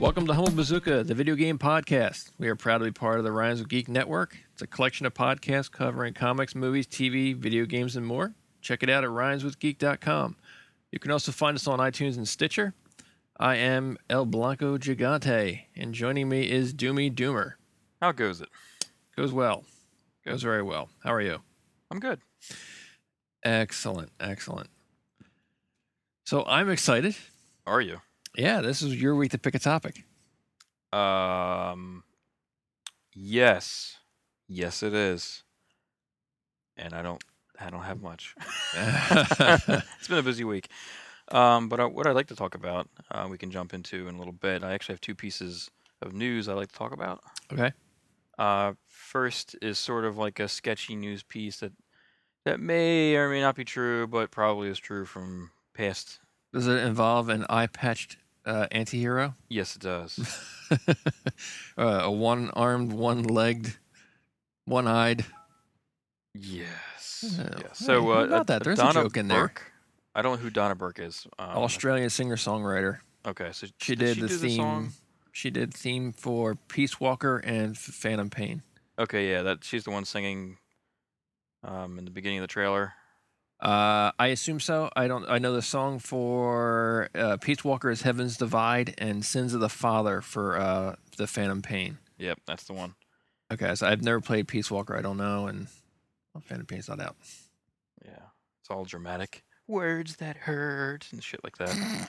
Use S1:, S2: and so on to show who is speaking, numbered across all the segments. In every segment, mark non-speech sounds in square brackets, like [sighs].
S1: Welcome to Humble Bazooka, the video game podcast. We are proud to be part of the Rhymes with Geek Network. It's a collection of podcasts covering comics, movies, TV, video games, and more. Check it out at rhymeswithgeek.com. You can also find us on iTunes and Stitcher. I am El Blanco Gigante, and joining me is Doomy Doomer.
S2: How goes it?
S1: Goes well. Goes very well. How are you?
S2: I'm good.
S1: Excellent. Excellent. So I'm excited.
S2: Are you?
S1: Yeah, this is your week to pick a [laughs] topic.
S2: Um, yes, yes, it is. And I don't, I don't have much. [laughs] it's been a busy week. Um, but I, what I'd like to talk about, uh, we can jump into in a little bit. I actually have two pieces of news I'd like to talk about.
S1: Okay.
S2: Uh, first is sort of like a sketchy news piece that that may or may not be true, but probably is true from past.
S1: Does it involve an eye patched uh, anti hero?
S2: Yes, it does.
S1: [laughs] uh, a one armed, one legged, one eyed.
S2: Yes.
S1: Oh,
S2: yes.
S1: hey,
S2: So
S1: how
S2: uh,
S1: about
S2: Ad-
S1: that? There's a
S2: Adonna
S1: joke in there.
S2: Burke. I don't know who Donna Burke is. Um,
S1: Australian singer songwriter.
S2: Okay, so
S1: She did
S2: did she
S1: the
S2: do the
S1: theme.
S2: song?
S1: She did theme for Peace Walker and F- Phantom Pain.
S2: Okay, yeah, that she's the one singing um, in the beginning of the trailer.
S1: Uh, I assume so. I don't. I know the song for uh, Peace Walker is "Heaven's Divide" and "Sins of the Father" for uh, the Phantom Pain.
S2: Yep, that's the one.
S1: Okay, so I've never played Peace Walker. I don't know, and well, Phantom Pain's not out.
S2: Yeah, it's all dramatic. Words that hurt and shit like
S1: [laughs]
S2: that.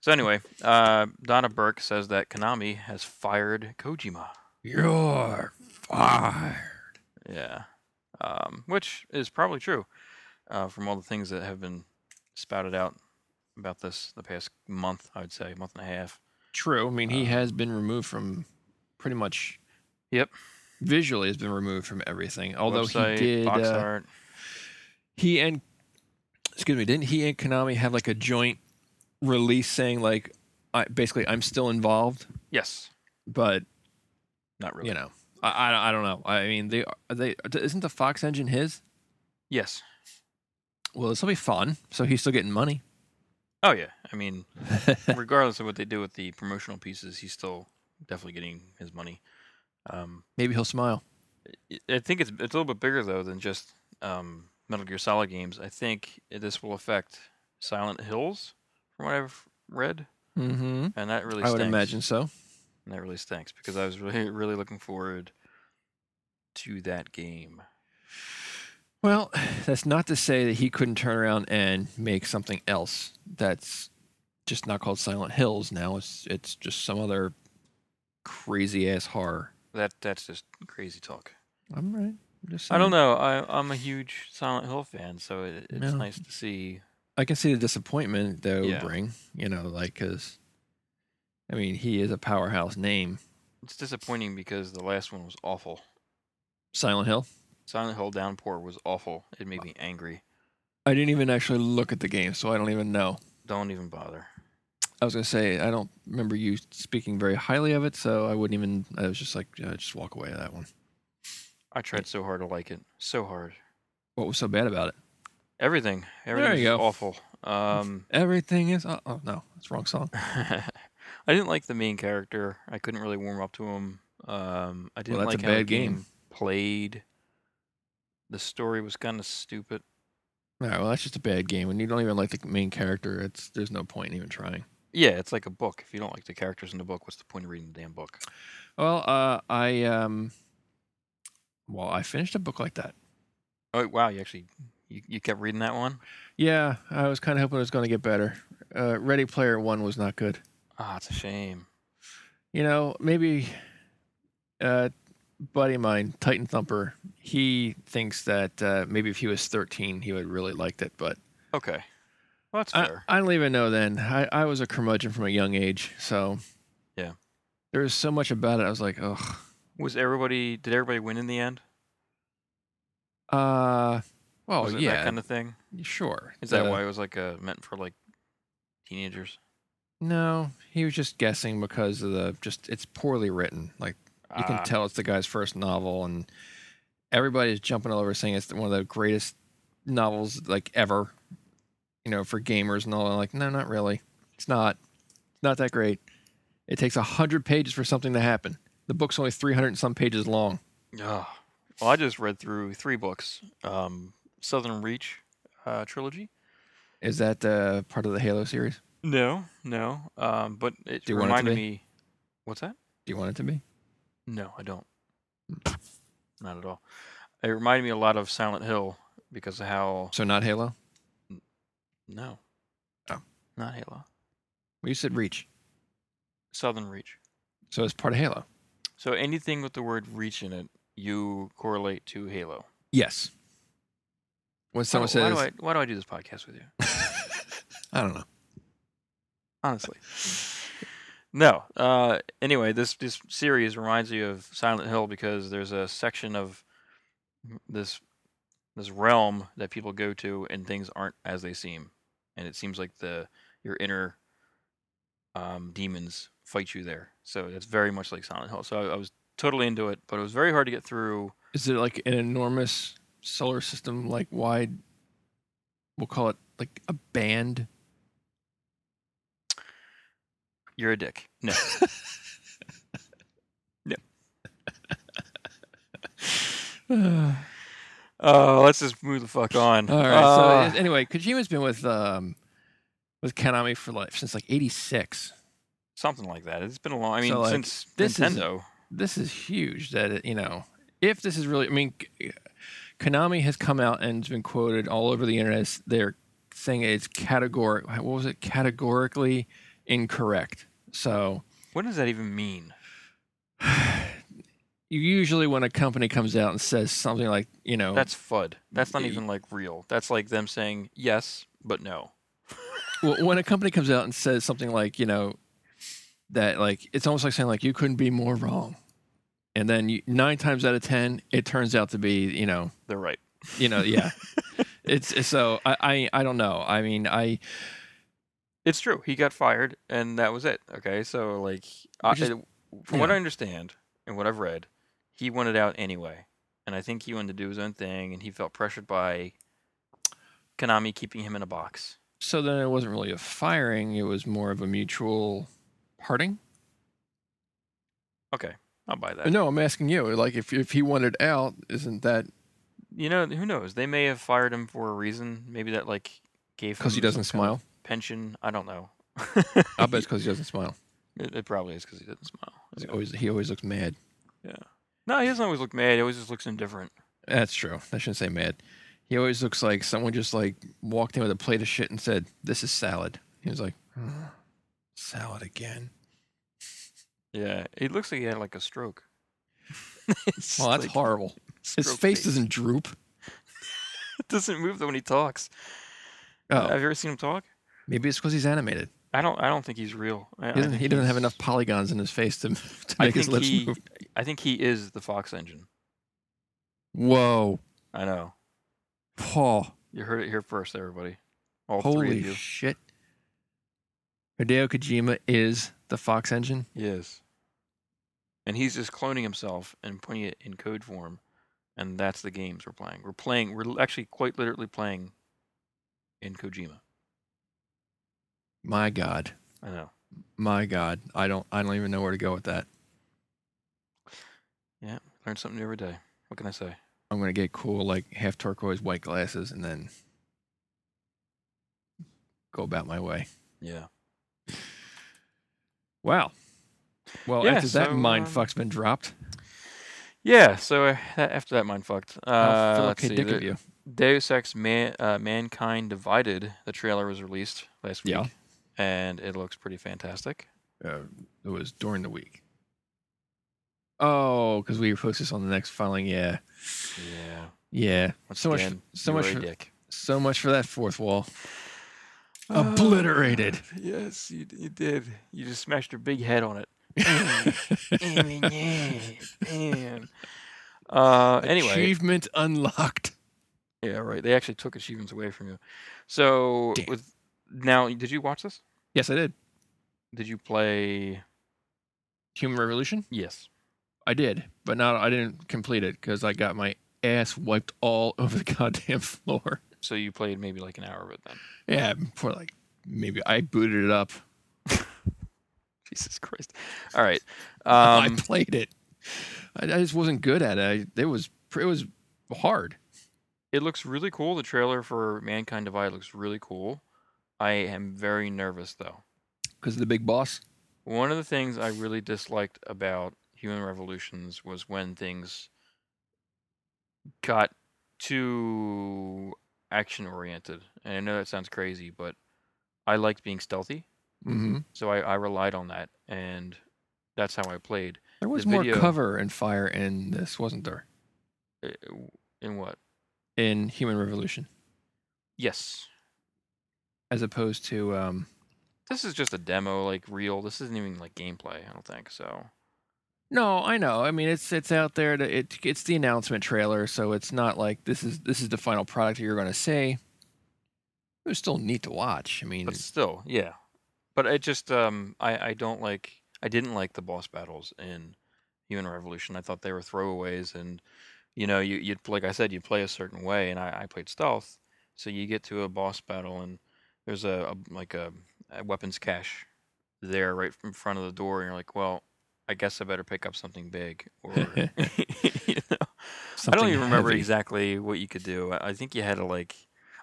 S2: so anyway, uh, Donna Burke says that Konami has fired Kojima.
S1: You're fired.
S2: Yeah, um, which is probably true uh, from all the things that have been spouted out about this the past month. I would say month and a half.
S1: True. I mean, he
S2: Uh,
S1: has been removed from pretty much.
S2: Yep.
S1: Visually, has been removed from everything. Although
S2: Website,
S1: he did.
S2: box
S1: uh,
S2: art.
S1: he and excuse me, didn't he and Konami have like a joint release saying like, I basically I'm still involved,
S2: Yes,
S1: but
S2: not really.
S1: you know, I, I I don't know. I mean, they they isn't the Fox engine his?
S2: Yes.
S1: Well, this will be fun. So he's still getting money. [laughs]
S2: Oh yeah. I mean, regardless of what they do with the promotional pieces, he's still definitely getting his money. Um,
S1: Maybe he'll smile.
S2: I- I think it's it's a little bit bigger though than just um, Metal Gear Solid games. I think it- this will affect Silent Hills, from what I've read,
S1: Mm-hmm.
S2: and that really
S1: I
S2: stinks.
S1: would imagine so.
S2: And that really stinks because I was really [laughs] really looking forward to that game.
S1: Well, [sighs] that's not to say that he couldn't turn around and make something else that's just not called Silent Hills now. It's it's just some other crazy ass horror.
S2: That that's just crazy talk.
S1: I'm right. I'm just
S2: I
S1: saying.
S2: don't know. I I'm a huge Silent Hill fan, so it, it's
S1: No.
S2: nice to see.
S1: I can see the disappointment that it would
S2: Yeah.
S1: bring, you know, like because I mean he is a powerhouse name,
S2: It's disappointing because the last one was awful.
S1: Silent Hill.
S2: Silent Hill Downpour was awful. It made me angry.
S1: I didn't even actually look at the game, so I don't even know.
S2: Don't even bother.
S1: I was gonna say I don't remember you speaking very highly of it, so I wouldn't even. I was just like, yeah, just walk away that one.
S2: I tried so hard to like it. So hard.
S1: What was so bad about it?
S2: Everything.
S1: you
S2: Everything
S1: go.
S2: was awful. Um,
S1: Everything is. Oh, oh no, that's the wrong song.
S2: [laughs] I didn't like the main character. I couldn't really warm up to him. Um, I didn't
S1: that's a
S2: like how the
S1: bad game.
S2: played. The story was kind of stupid.
S1: All right, well that's just a bad game, and you don't even like the main character. It's there's no point in even trying.
S2: Yeah, it's like a book. If you don't like the characters in the book, what's the point of reading the damn book?
S1: Well, uh, I um, well I finished a book like that.
S2: Oh wow, you actually you, you kept reading that one?
S1: Yeah, I was kind of hoping it was going to get better. Uh, Ready Player One was not good.
S2: Ah, it's a shame.
S1: You know, maybe uh, buddy of mine, Titan Thumper, he thinks that uh, maybe if he was 13, he would really liked it. But
S2: Okay. Well, that's
S1: I,
S2: fair.
S1: I don't even know then. I, I was a curmudgeon from a young age. So
S2: Yeah.
S1: there was so much about it. I was like, ugh.
S2: Was everybody? Did everybody win in the end?
S1: Uh, well,
S2: was it
S1: yeah,
S2: that kind of thing.
S1: sure.
S2: Is that
S1: The-
S2: why it was like uh, meant for like teenagers?
S1: No, he was just guessing because of the just it's poorly written. Like you can
S2: Ah,
S1: tell it's the guy's first novel and everybody's jumping all over saying it's one of the greatest novels like ever you know for gamers and all I'm like no not really it's not it's not that great It takes 100 pages for something to happen. The book's only 300 and some pages long.
S2: Oh. Well, I just read through three books um, Southern Reach uh, trilogy.
S1: Is that uh, part of the Halo series?
S2: No, no. Um, but it
S1: Do you want it to
S2: reminded
S1: be?
S2: me. What's that? Hmm.
S1: Do you want it to be?
S2: No, I don't. Not at all. It reminded me a lot of Silent Hill because of how.
S1: So, not Halo?
S2: No.
S1: Oh.
S2: Not Halo.
S1: Well, you said Reach.
S2: Southern Reach.
S1: So, it's part of Halo?
S2: So anything with the word reach in it, you correlate to Halo.
S1: Yes. When
S2: Why,
S1: someone
S2: do- Oh, why
S1: says,
S2: do I why do I do this podcast with you?
S1: I don't know.
S2: Honestly. No. Uh, anyway, this this series reminds you of Silent Hill because there's a section of this this realm that people go to and things aren't as they seem, and it seems like the your inner um, demons fight you there. So it's very much like Silent Hill. So I, I was totally into it, but it was very hard to get through.
S1: Is it like an enormous solar system, like wide? We'll call it like a band. [sighs]
S2: You're a dick.
S1: [laughs]
S2: No.
S1: All
S2: Oh, let's just move the fuck on.
S1: right.
S2: Uh,
S1: so anyway, Kojima's been with um with Konami for life since like '86.
S2: something like that. It's been a long. I
S1: So,
S2: mean,
S1: like,
S2: since
S1: this is-
S2: Nintendo.
S1: This is huge. That it, you know, if this is really, I mean, K- Konami has come out and has been quoted all over the internet. as They're saying it's categoric. What was it? Categorically incorrect. So
S2: What does that even mean?
S1: you usually when a company comes out and says something like, you know,
S2: That's FUD. That's not
S1: Y-
S2: even like real. That's like them saying yes, but no.
S1: well, when a company comes out and says something like, you know, that like it's almost like saying like you couldn't be more wrong, and then you, nine times out of ten it turns out to be you know
S2: They're right.
S1: you know [laughs] yeah, it's it's- so I, I I don't know I mean I
S2: It's true. He got fired, and that was it. Okay, so like, I,
S1: Which is-
S2: it- from what I understand and what I've read, he wanted out anyway, and I think he wanted to do his own thing, and he felt pressured by Konami keeping him in a box.
S1: so then it wasn't really a firing it was more of a mutual parting.
S2: Okay, I'll buy that.
S1: Uh, No, I'm asking you like if if he wanted out, isn't that
S2: you know who knows they may have fired him for a reason maybe that like gave
S1: because he
S2: him some
S1: doesn't
S2: kind of
S1: [laughs] smile?
S2: pension i don't know
S1: I bet it's because he doesn't smile.
S2: [laughs] it, it probably is because he doesn't smile
S1: He
S2: It's-
S1: always he always looks mad.
S2: no he doesn't always look mad he always just looks indifferent
S1: That's true. I shouldn't say mad. He always looks like someone just like walked in with a plate of shit and said, "This is salad." He
S2: [sighs]
S1: was like, "Ugh, "Salad again."
S2: yeah it looks like he had like a stroke [laughs] It's
S1: Well, that's
S2: like
S1: horrible. His
S2: stroke
S1: face doesn't droop.
S2: it [laughs] doesn't move though when he talks
S1: Oh,
S2: have you ever seen him talk
S1: maybe it's because he's animated.
S2: i don't i don't think he's real I, I
S1: He doesn't,
S2: think
S1: he doesn't have
S2: he's-
S1: enough polygons in his face to, [laughs] to
S2: I
S1: make his
S2: think
S1: lips
S2: he-
S1: move.
S2: i think he is the fox engine
S1: Whoa,
S2: i know
S1: Paul!
S2: you heard it here first everybody all three of
S1: Holy
S2: you
S1: shit! Hideo Kojima is the Fox Engine.
S2: Yes. And he's just cloning himself and putting it in code form, and that's the games we're playing. We're playing. We're l- actually quite literally playing in Kojima.
S1: My God,
S2: I know.
S1: my God! I don't, I don't even know where to go with that.
S2: Learn something new every day. What can I say?
S1: I'm gonna get cool like half turquoise white glasses and then go about my way.
S2: Yeah.
S1: Wow. Well,
S2: Yeah,
S1: after that
S2: so,
S1: mind
S2: um,
S1: fuck's been dropped,
S2: Yeah. So uh, a- after that, mind fucked.
S1: how
S2: Uh,
S1: Philip
S2: let's
S1: K.
S2: see,
S1: Dick of
S2: the-
S1: you.
S2: Deus Ex Man, uh, Mankind Divided. The trailer was released last week.
S1: Yeah.
S2: And it looks pretty fantastic.
S1: Uh, it was during the week. Oh, because we post this on the next filing. Yeah,
S2: Yeah.
S1: yeah.
S2: Once
S1: so much,
S2: again,
S1: so
S2: you
S1: much,
S2: are a
S1: for,
S2: dick.
S1: so much for that fourth wall.
S2: Ah,
S1: Obliterated.
S2: yes, you, d- you did. You just smashed your big head on it. Mm.
S1: [laughs]
S2: Damn. Uh, anyway,
S1: achievement unlocked.
S2: yeah, right. They actually took achievements away from you. So
S1: Damn.
S2: with now, did you watch this?
S1: Yes, I did.
S2: Did you play?
S1: Human Revolution.
S2: Yes.
S1: I did, but not I didn't complete it because I got my ass wiped all [laughs] over the goddamn floor.
S2: So you played maybe like an hour of it then.
S1: Yeah, for like maybe I booted it up.
S2: [laughs] Jesus Christ. All [laughs] right.
S1: [laughs] I
S2: Um,
S1: played it. I, I just wasn't good at it. I, it was pr- it was hard.
S2: it looks really cool. The trailer for Mankind Divide looks really cool. I am very nervous though.
S1: because of the big boss.
S2: One of the things I really disliked about Human Revolutions was when things got too action oriented. And I know that sounds crazy, but I liked being stealthy.
S1: Mm-hmm.
S2: So I, I relied on that. And that's how I played.
S1: There was
S2: The
S1: more
S2: video-
S1: cover and fire in this, wasn't there?
S2: Uh, In what?
S1: In Human Revolution,
S2: Yes.
S1: as opposed to um,
S2: This is just a demo, like real. This isn't even like gameplay, I don't think. So
S1: no, I know. I mean, it's it's out there. To, it it's the announcement trailer, so it's not like this is this is the final product you're going to see. It was still neat to watch. I mean,
S2: But still, yeah. But I just um I I don't like I didn't like the boss battles in Human Revolution. I thought they were throwaways, and you know you you'd like I said you play a certain way, and I, I played stealth, so you get to a boss battle and there's a, a like a, a weapons cache there right in front of the door, and you're like, well, I guess I better pick up something big or. [laughs] you know? I don't
S1: something
S2: even remember
S1: heavy.
S2: exactly what you could do. I I think you had to like,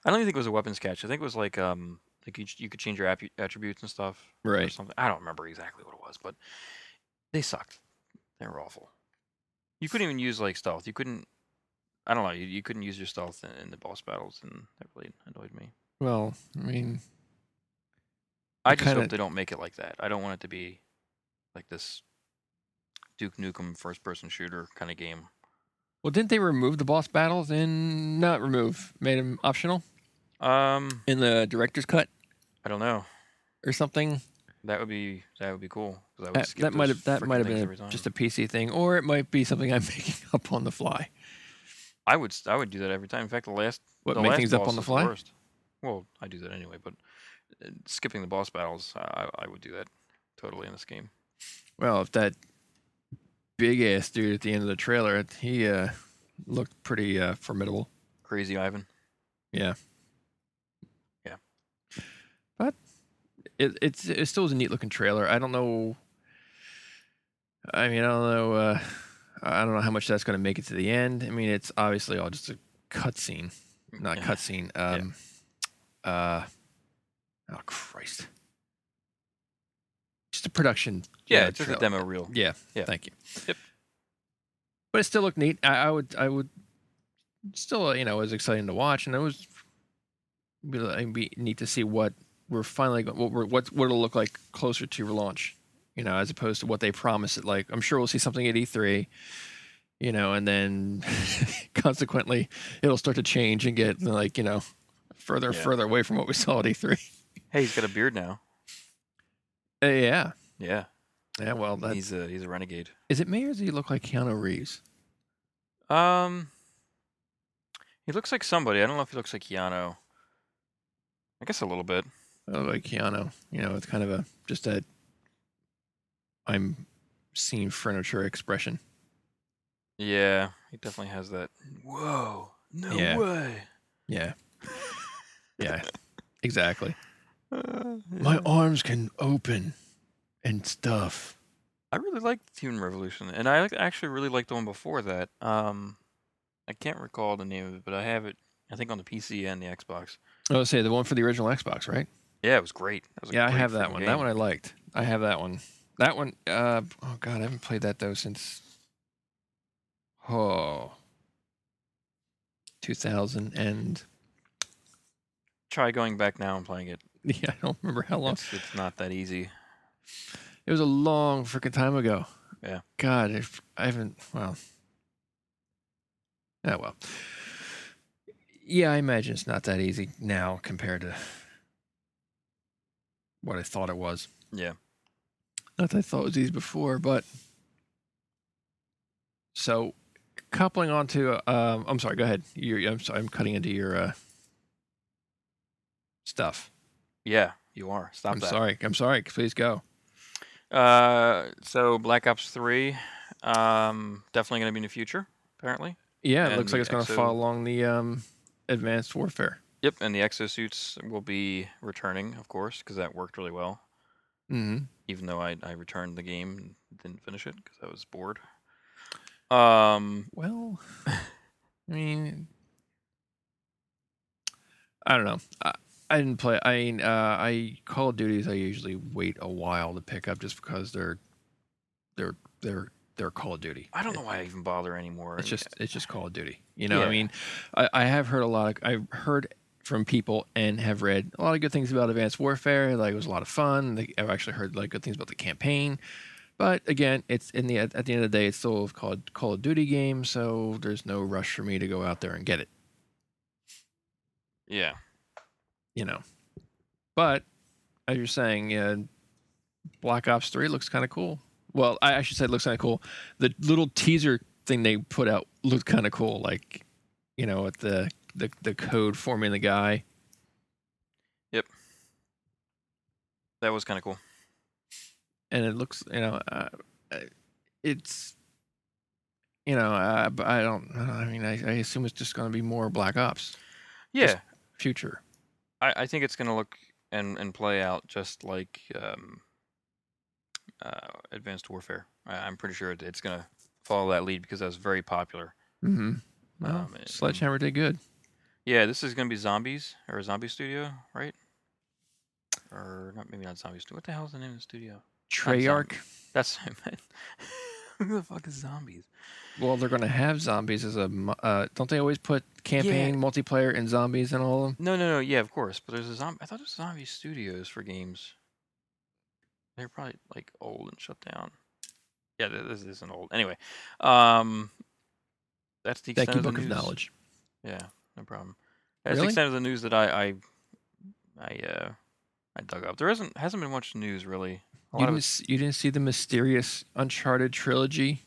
S2: I don't even think it was a weapons catch. I think it was like um like you, ch- you could change your attrib- attributes and stuff or
S1: Right.
S2: something. I don't remember exactly what it was, but they sucked. They were awful. You couldn't even use like stealth. You couldn't. I don't know. You, you couldn't use your stealth in, in the boss battles, and that really annoyed me.
S1: Well, I mean,
S2: I
S1: It
S2: just
S1: kinda-
S2: hope they don't make it like that. I don't want it to be like this Duke Nukem first-person shooter kind of game.
S1: well, didn't they remove the boss battles and not remove made them optional
S2: Um,
S1: in the director's cut
S2: I don't know.
S1: or something?
S2: That would be that would be cool. 'cause I would
S1: That,
S2: skip
S1: that might
S2: those
S1: have that
S2: frickin'
S1: might have
S2: things
S1: been
S2: every
S1: a,
S2: time.
S1: just a PC thing, or it might be something I'm [laughs] making up on the fly.
S2: I would s- I would do that every time. In fact, the last
S1: What
S2: the
S1: make
S2: last
S1: things up
S2: boss
S1: on the
S2: is
S1: fly?
S2: worst. Well, I do that anyway, but uh, skipping the boss battles, I, I I would do that totally in this game.
S1: Well, if that big ass dude at the end of the trailer, he uh, looked pretty uh, formidable.
S2: Crazy Ivan.
S1: It, it's it still was a neat looking trailer. I don't know. I mean, I don't know. Uh, I don't know how much that's going to make it to the end. I mean, it's obviously all just a cutscene, [laughs] not
S2: Yeah.
S1: cutscene. Um, uh, oh Christ! Just a production.
S2: Yeah,
S1: uh,
S2: it's just a
S1: trailer.
S2: demo reel.
S1: Yeah.
S2: Yeah.
S1: Thank you.
S2: Yep.
S1: But it still looked neat. I, I would. I would. Still, uh, you know, it was exciting to watch, and it was. Be, it'd be neat to see what we're finally go- what we're, what what it'll look like closer to launch, you know, as opposed to what they promised it. Like I'm sure we'll see something at E3, you know, and then [laughs] consequently it'll start to change and get like you know further and
S2: Yeah.
S1: further away from what we saw at E E3.
S2: Hey, he's got a beard now.
S1: Uh, [laughs] yeah,
S2: Yeah,
S1: yeah. Well, that
S2: he's a he's a renegade.
S1: is it. Me or does he look like Keanu Reeves?
S2: Um, he looks like somebody. I don't know if he looks like Keanu. I guess a little bit.
S1: Oh, like Keanu. You know, it's kind of a just a I'm seeing furniture expression.
S2: Yeah, he definitely has that. Whoa! No
S1: Yeah.
S2: way.
S1: [laughs] Yeah. Yeah. exactly.
S2: Uh,
S1: My
S2: yeah.
S1: arms can open and stuff.
S2: I really liked Human Revolution, and I ac- actually really liked the one before that. Um, I can't recall the name of it, but I have it. I think on the PC and the Xbox.
S1: Oh, say the one for the original Xbox, right?
S2: Yeah, it was great. That was a
S1: yeah, I
S2: great
S1: have that
S2: freaking
S1: one.
S2: game.
S1: That one I liked. I have that one. That one uh oh god, I haven't played that though since oh 2000 and [laughs]
S2: Try going back now and playing it.
S1: yeah, I don't remember how long.
S2: It's, it's not that easy.
S1: It was a long freaking time ago.
S2: Yeah.
S1: God, if I haven't. Well. Ah, well. Yeah, I imagine it's not that easy now compared to what I thought it was.
S2: Yeah.
S1: Not that I thought it was easy before, but so coupling onto. uh, Um, I'm sorry. Go ahead. You're, I'm sorry. I'm cutting into your uh, stuff.
S2: Yeah, you are. Stop
S1: I'm
S2: that.
S1: sorry. I'm sorry. Please go.
S2: Uh, so Black Ops Three, um, definitely going to be in the future. Apparently.
S1: Yeah, it
S2: and
S1: looks like
S2: the
S1: it's going to
S2: Exo-
S1: follow along the um, Advanced Warfare.
S2: Yep, and the exosuits will be returning, of course, because that worked really well.
S1: Mm-hmm.
S2: even though I, I returned the game and didn't finish it because I was bored. Um, [laughs]
S1: Well, I mean, I don't know. I, I didn't play. I mean, uh, I Call of Duties. I usually wait a while to pick up just because they're they're they're they're Call of Duty.
S2: I don't know why I even bother anymore.
S1: It's
S2: I-
S1: just it's just Call of Duty. You know, I
S2: Yeah.
S1: mean, I, I have heard a lot of I've heard from people and have read a lot of good things about Advanced Warfare. Like it was a lot of fun. They, I've actually heard like good things about the campaign. But again, it's in the at the end of the day, it's still called Call of Duty game, so there's no rush for me to go out there and get it.
S2: yeah.
S1: You know, but as you're saying, yeah, Black Ops Three looks kind of cool. Well, I, I should say it looks kind of cool. The little teaser thing they put out looked kind of cool. Like, you know, with the the, the code forming the guy.
S2: That was kind of cool.
S1: and it looks you know uh, uh, it's you know I, but I don't I mean I, I assume it's just going to be more black ops
S2: Yeah.
S1: Just- future
S2: I, I think it's going to look and, and play out just like um, uh, Advanced Warfare. I, I'm pretty sure it, it's going to follow that lead because that was very popular.
S1: mm-hmm well,
S2: Um, it-
S1: sledgehammer did good
S2: Yeah, this is going to be Zombies or Zombie Studio, right? Or not? Maybe not Zombie Studio. What the hell is the name of the studio?
S1: Treyarch
S2: That's [laughs] who the fuck is Zombies?
S1: well they're going to have zombies as a mo- uh, don't they always put campaign multiplayer and zombies in all of them
S2: No, no, no. Yeah, of course. But there's a zombie. I thought there's Zombie Studios for games. They're probably like old and shut down. Yeah, th- this isn't old. Anyway, um, that's the extent
S1: thank you
S2: of the
S1: book of
S2: news.
S1: knowledge
S2: Yeah, no problem. That's
S1: Really?
S2: the extent of the news that I, I, I, uh, I dug up. There isn't hasn't been much news really. A
S1: you
S2: lot of
S1: didn't,
S2: it's-
S1: s- you didn't see the mysterious uncharted trilogy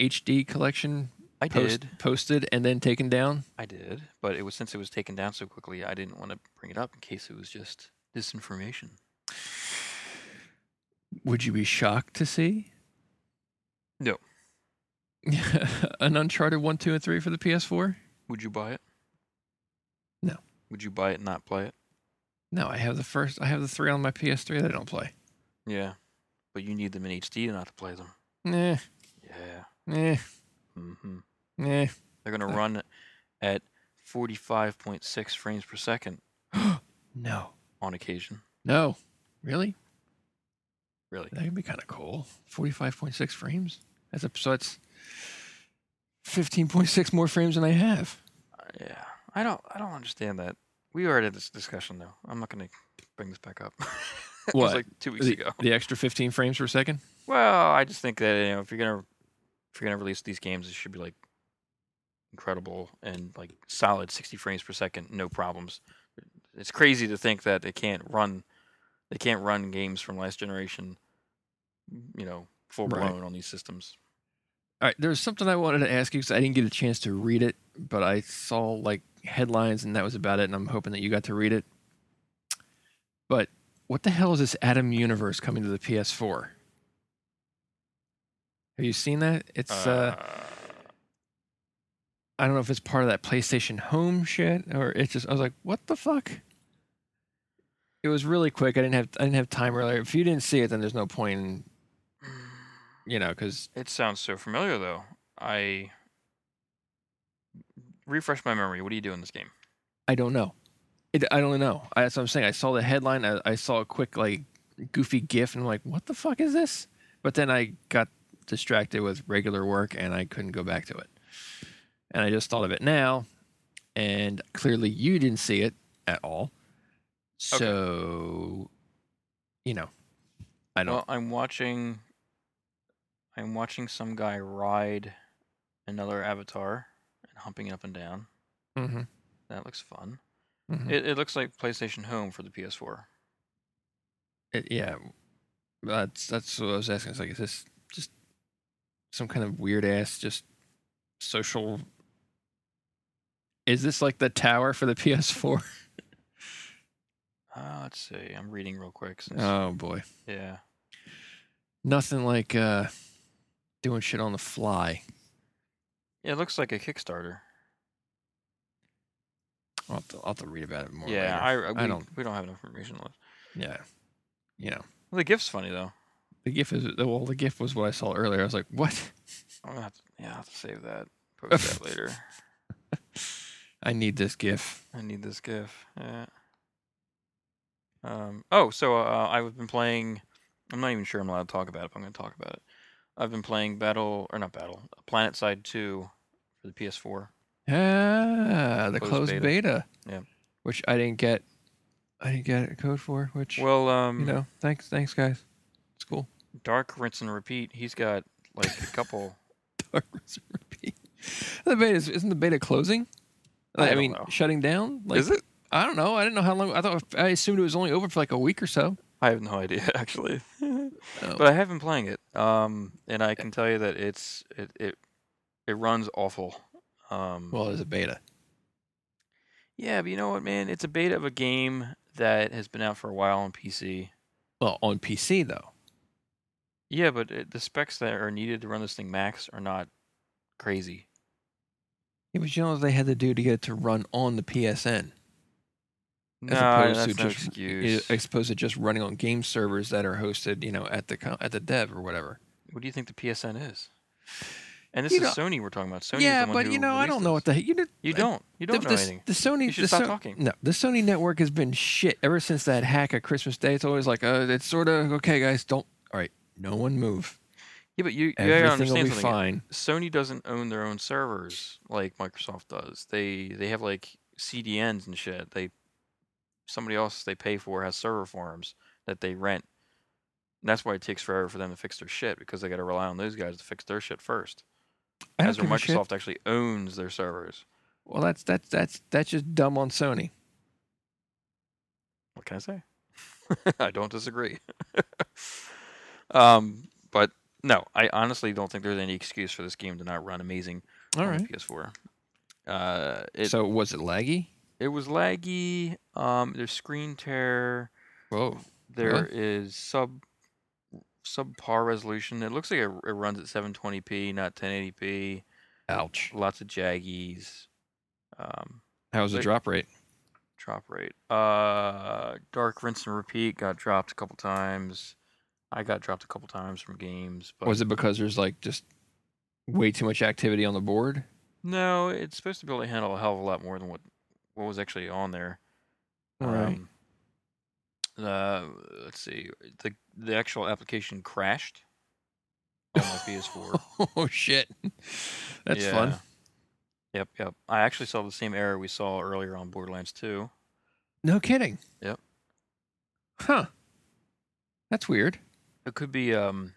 S1: HD collection
S2: I
S1: post,
S2: did,
S1: posted and then taken down
S2: I did, but it was since it was taken down so quickly, I didn't want to bring it up in case it was just disinformation.
S1: Would you be shocked to see?
S2: No.
S1: [laughs] An Uncharted 1, 2, and 3 for the PS4?
S2: Would you buy it?
S1: No.
S2: Would you buy it and not play it?
S1: No, I have the first, I have the three on my PS3 that I don't play.
S2: Yeah, but you need them in HD not to play them.
S1: Nah,
S2: Yeah.
S1: nah,
S2: hmm
S1: nah.
S2: They're gonna run at 45.6 frames per second
S1: No.
S2: on occasion.
S1: No. Really?
S2: Really?
S1: That could be kind of cool. 45.6 frames? That's a, so that's 15.6 more frames than I have.
S2: Uh, Yeah. I don't. I don't understand that. We already had this discussion though. I'm not gonna bring this back up. [laughs]
S1: [laughs]
S2: it was
S1: What?
S2: like two weeks
S1: The,
S2: ago.
S1: the extra 15 frames per second?
S2: Well, I just think that you know if you're gonna if you're gonna release these games, it should be like incredible and like solid 60 frames per second, no problems. It's crazy to think that they can't run they can't run games from last generation, you know, full
S1: Right.
S2: blown on these systems.
S1: All right, there's something I wanted to ask you because I didn't get a chance to read it, but I saw like headlines and that was about it, and I'm hoping that you got to read it. But what the hell is this Atom Universe coming to the PS4? Have you seen that? It's uh, I don't know if it's part of that PlayStation Home shit or it's just I was like, what the fuck? It was really quick. I didn't have I didn't have time earlier. If you didn't see it, then there's no point in uh, you know because
S2: it sounds so familiar though. I refresh my memory. What do you do in this game?
S1: I don't know. It, I don't know. I, that's what I'm saying. I saw the headline. I, I saw a quick like goofy GIF, and I'm like, "What the fuck is this?" But then I got distracted with regular work, and I couldn't go back to it. And I just thought of it now, and clearly you didn't see it at all.
S2: Okay.
S1: So, you know, I don't.
S2: Well, I'm watching. I'm watching some guy ride another avatar and humping it up and down.
S1: Mhm,
S2: That looks fun.
S1: mhm.
S2: It, it looks like PlayStation Home for the PS4.
S1: It- yeah, that's that's what I was asking. It's like, is this just some kind of weird ass just social? Is this like the tower for the [laughs] PS4?
S2: Uh, let's see. I'm reading real quick. Since,
S1: oh boy,
S2: yeah.
S1: nothing like uh doing shit on the fly.
S2: It looks like a Kickstarter.
S1: I'll have to, I'll have to read about it more.
S2: yeah,
S1: later.
S2: I, I, we,
S1: don't-
S2: We don't have enough information left.
S1: yeah, you know,
S2: Well, the gift's funny though.
S1: The GIF is well. The GIF was what I saw earlier. I was like, "What?
S2: I'm gonna have to, yeah, I'll have to save that. Post
S1: [laughs]
S2: that later.
S1: I need this GIF."
S2: I need this GIF. Yeah. Um. Oh, so uh, I've been playing. I'm not even sure I'm allowed to talk about it. But I'm going to talk about it. I've been playing Battle or not Battle, Planet Side Two for the PS4.
S1: Ah, the
S2: Closed
S1: closed beta.
S2: beta. Yeah.
S1: Which I didn't get. I didn't get a code for. Which
S2: Well, um,
S1: you know, thanks, thanks guys. It's cool. [laughs]
S2: Dark Rinse and Repeat. He's got like a
S1: [laughs]
S2: couple.
S1: Dark Rinse and Repeat. The beta is, isn't the beta closing?
S2: I
S1: Like, I,
S2: don't
S1: mean,
S2: know.
S1: shutting down. Like,
S2: Is it?
S1: I don't know. I didn't know how long. I thought I assumed it was only over for like a week or so.
S2: I have no idea [laughs] actually.
S1: Oh.
S2: But I have been playing it, um, and I can tell you that it's it it, it runs awful. Um,
S1: Well, it's a beta.
S2: yeah, but you know what, man? It's a beta of a game that has been out for a while on PC.
S1: Well, on PC though.
S2: Yeah, but it, the specs that are needed to run this thing max are not crazy.
S1: Yeah, but you know what they had to do to get it to run on the PSN,
S2: No,
S1: as
S2: that's
S1: opposed
S2: no
S1: to just eh,
S2: excuse.
S1: as opposed to just running on game servers that are hosted, you know, at the co- at the dev or whatever.
S2: what do you think the PSN is? And this
S1: You
S2: is
S1: know-
S2: Sony we're talking about. Sony's
S1: yeah,
S2: the one
S1: but
S2: who
S1: you know, I
S2: released
S1: don't know
S2: this.
S1: what the heck. You, know,
S2: You don't. You don't
S1: the,
S2: know
S1: the,
S2: anything.
S1: the Sony.
S2: You should
S1: the
S2: stop
S1: Son-
S2: talking.
S1: No, the Sony network has been shit ever since that hack at Christmas Day. It's always like, uh, it's sort of okay, guys. Don't. All right, no one move.
S2: Yeah, but you, you gotta
S1: Everything will
S2: understand
S1: be
S2: something.
S1: fine.
S2: Sony doesn't own their own servers like Microsoft does. They they have like CDNs and shit. They somebody else they pay for has server farms that they rent. And that's why it takes forever for them to fix their shit because they got to rely on those guys to fix their shit first.
S1: I don't
S2: As where
S1: give a shit.
S2: Microsoft actually owns their servers.
S1: Well, that's that's that's that's just dumb on Sony.
S2: What can I say? [laughs] I don't disagree. [laughs] um, but no, I honestly don't think there's any excuse for this game to not run amazing
S1: All
S2: on the
S1: right.
S2: PS4. Uh, it,
S1: so was it laggy?
S2: It was laggy. Um, there's screen tear.
S1: Whoa.
S2: There is sub subpar resolution. It looks like it, it runs at 720p, not 1080p.
S1: Ouch.
S2: Lots of jaggies. Um,
S1: How was the
S2: Like-
S1: drop rate?
S2: drop rate. Uh, dark rinse and repeat got dropped a couple times. I got dropped a couple times from games. But
S1: Was it because there's like just way too much activity on the board?
S2: No, it's supposed to be able to handle a hell of a lot more than what what was actually on there.
S1: [laughs] Right.
S2: Um, uh, let's see. The the actual application crashed on [laughs] my PS4.
S1: oh shit. That's
S2: Yeah.
S1: fun.
S2: Yep, yep. I actually saw the same error we saw earlier on Borderlands 2.
S1: No kidding.
S2: Yep.
S1: Huh. That's weird.
S2: It could be um,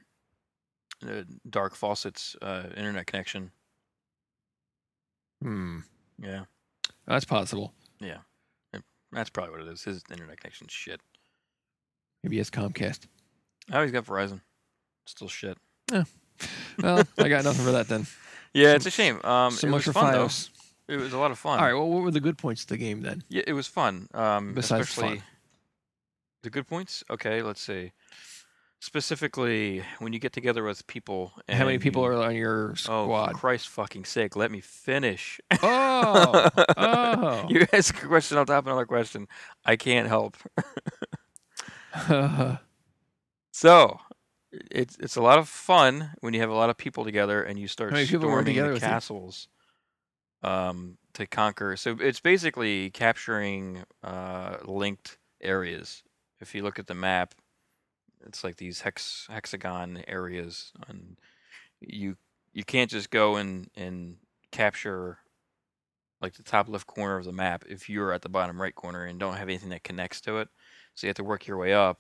S2: uh, Dark Faucet's uh, internet connection.
S1: Hmm.
S2: Yeah,
S1: That's possible.
S2: yeah. It- That's probably what it is. His internet connection's shit.
S1: Maybe it's Comcast.
S2: I always got Verizon. Still shit.
S1: Well, I got nothing for that then.
S2: Yeah,
S1: So-
S2: it's a shame. [laughs] Um,
S1: so
S2: it
S1: much
S2: was
S1: for
S2: fun though.
S1: FiOS.
S2: It was a lot of fun.
S1: All right. Well, what were the good points of the game then?
S2: Yeah, it was fun. Um,
S1: Besides
S2: especially
S1: fun.
S2: the good points. Okay, let's see. Specifically, when you get together with people, and
S1: How many people
S2: you-
S1: are on your
S2: Oh,
S1: squad?
S2: Christ fucking sake! Let me finish. [laughs]
S1: Oh. Oh. [laughs]
S2: you ask a question on top of another question. I can't help. So, it's it's a lot of fun when you have a lot of people together and you start
S1: How many people were
S2: storming
S1: together
S2: the
S1: with you?
S2: castles um, to conquer. So it's basically capturing uh, linked areas. If you look at the map, it's like these hex hexagon areas, and you you can't just go and and capture like the top left corner of the map if you're at the bottom right corner and don't have anything that connects to it. So you have to work your way up.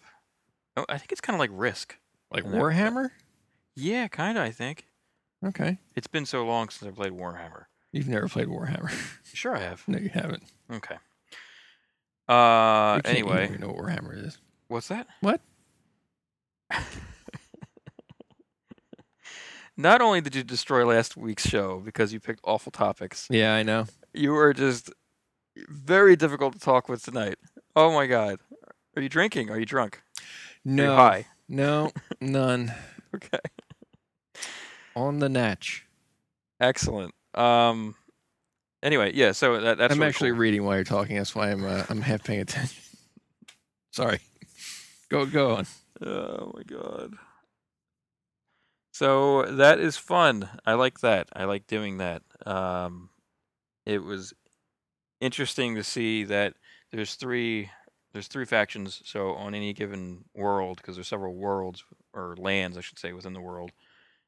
S2: Oh, I think it's kind of like Risk.
S1: like
S2: And that-
S1: Warhammer?
S2: Yeah, kind of. I think
S1: Okay.
S2: it's been so long since I played Warhammer.
S1: You've never played Warhammer. [laughs]
S2: Sure, I have.
S1: no, you haven't.
S2: Okay.
S1: You
S2: Uh,
S1: can't- you don't
S2: anyway,
S1: even know what Warhammer is.
S2: what's that?
S1: What?
S2: [laughs] Not only did you destroy last week's show because you picked awful topics,
S1: Yeah, I know.
S2: you were just very difficult to talk with tonight. Oh my god. Are you drinking? Are you drunk? Are you
S1: No,
S2: high? [laughs]
S1: no, none
S2: Okay.
S1: on the natch.
S2: Excellent. Um anyway, yeah, so that, that's
S1: I'm
S2: really
S1: actually
S2: cool.
S1: reading while you're talking. That's why I'm uh, I'm half [laughs] paying attention. Sorry. Go go on.
S2: Oh my god. So that is fun. I like that. I like doing that. Um, it was interesting to see that there's three there's three factions. So on any given world, because there's several worlds or lands, I should say, within the world,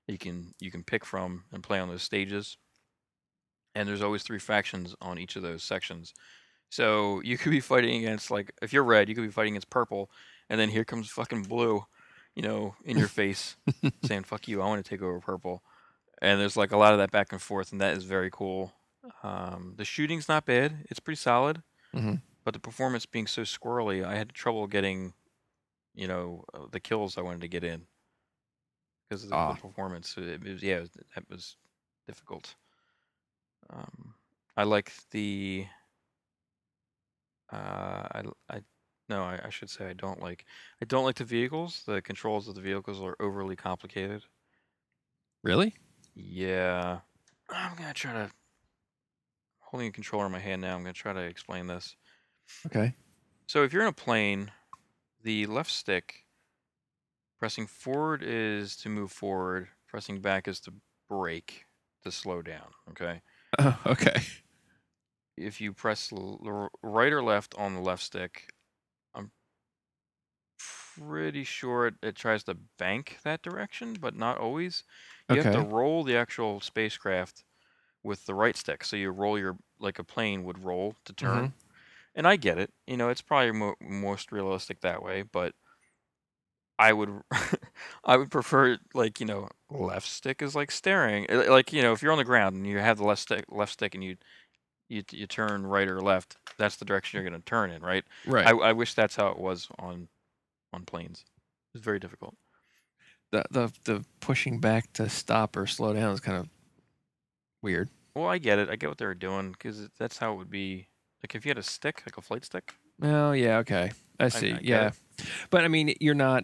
S2: you can you can pick from and play on those stages. And there's always three factions on each of those sections. So you could be fighting against like if you're red, you could be fighting against purple, and then here comes fucking blue, you know, in your face saying "fuck you," I want to take over purple. And there's like a lot of that back and forth, and that is very cool. Um, the shooting's not bad; it's pretty solid.
S1: Mhm.
S2: But the performance being so squirrely, I had trouble getting, you know, uh, the kills I wanted to get in because of the, the
S1: Ah.
S2: performance. It was, yeah, it was, that was difficult. Um, I like the. Uh, I, l- I no, I, I should say I don't like. I don't like the vehicles. The controls of the vehicles are overly complicated.
S1: Really?
S2: Yeah. I'm gonna try to holding a controller in my hand now, I'm gonna try to explain this.
S1: Okay. [laughs]
S2: So if you're in a plane, the left stick pressing forward is to move forward, pressing back is to brake to slow down, okay?
S1: Oh, okay.
S2: if you press l- r- right or left on the left stick, I'm pretty sure it, it tries to bank that direction, but not always. You have to
S1: Okay.
S2: roll the actual spacecraft with the right stick. So you roll your, like a plane would roll to turn. And I get it. You know, it's probably mo- most realistic that way, but I would [laughs] I would prefer like, you know, left stick is like staring. Uh, Like, you know, if you're on the ground and you have the left stick left stick and you you, t- you turn right or left, that's the direction you're going to turn in, right?
S1: Right.
S2: I, I wish that's how it was on on planes. It's very difficult.
S1: the, the the pushing back to stop or slow down is kind of weird.
S2: Well, I get it. I get what they were doing because that's how it would be. Like if you had a stick, like a flight stick.
S1: Oh yeah, okay. I see.
S2: I get
S1: yeah. But I mean you're not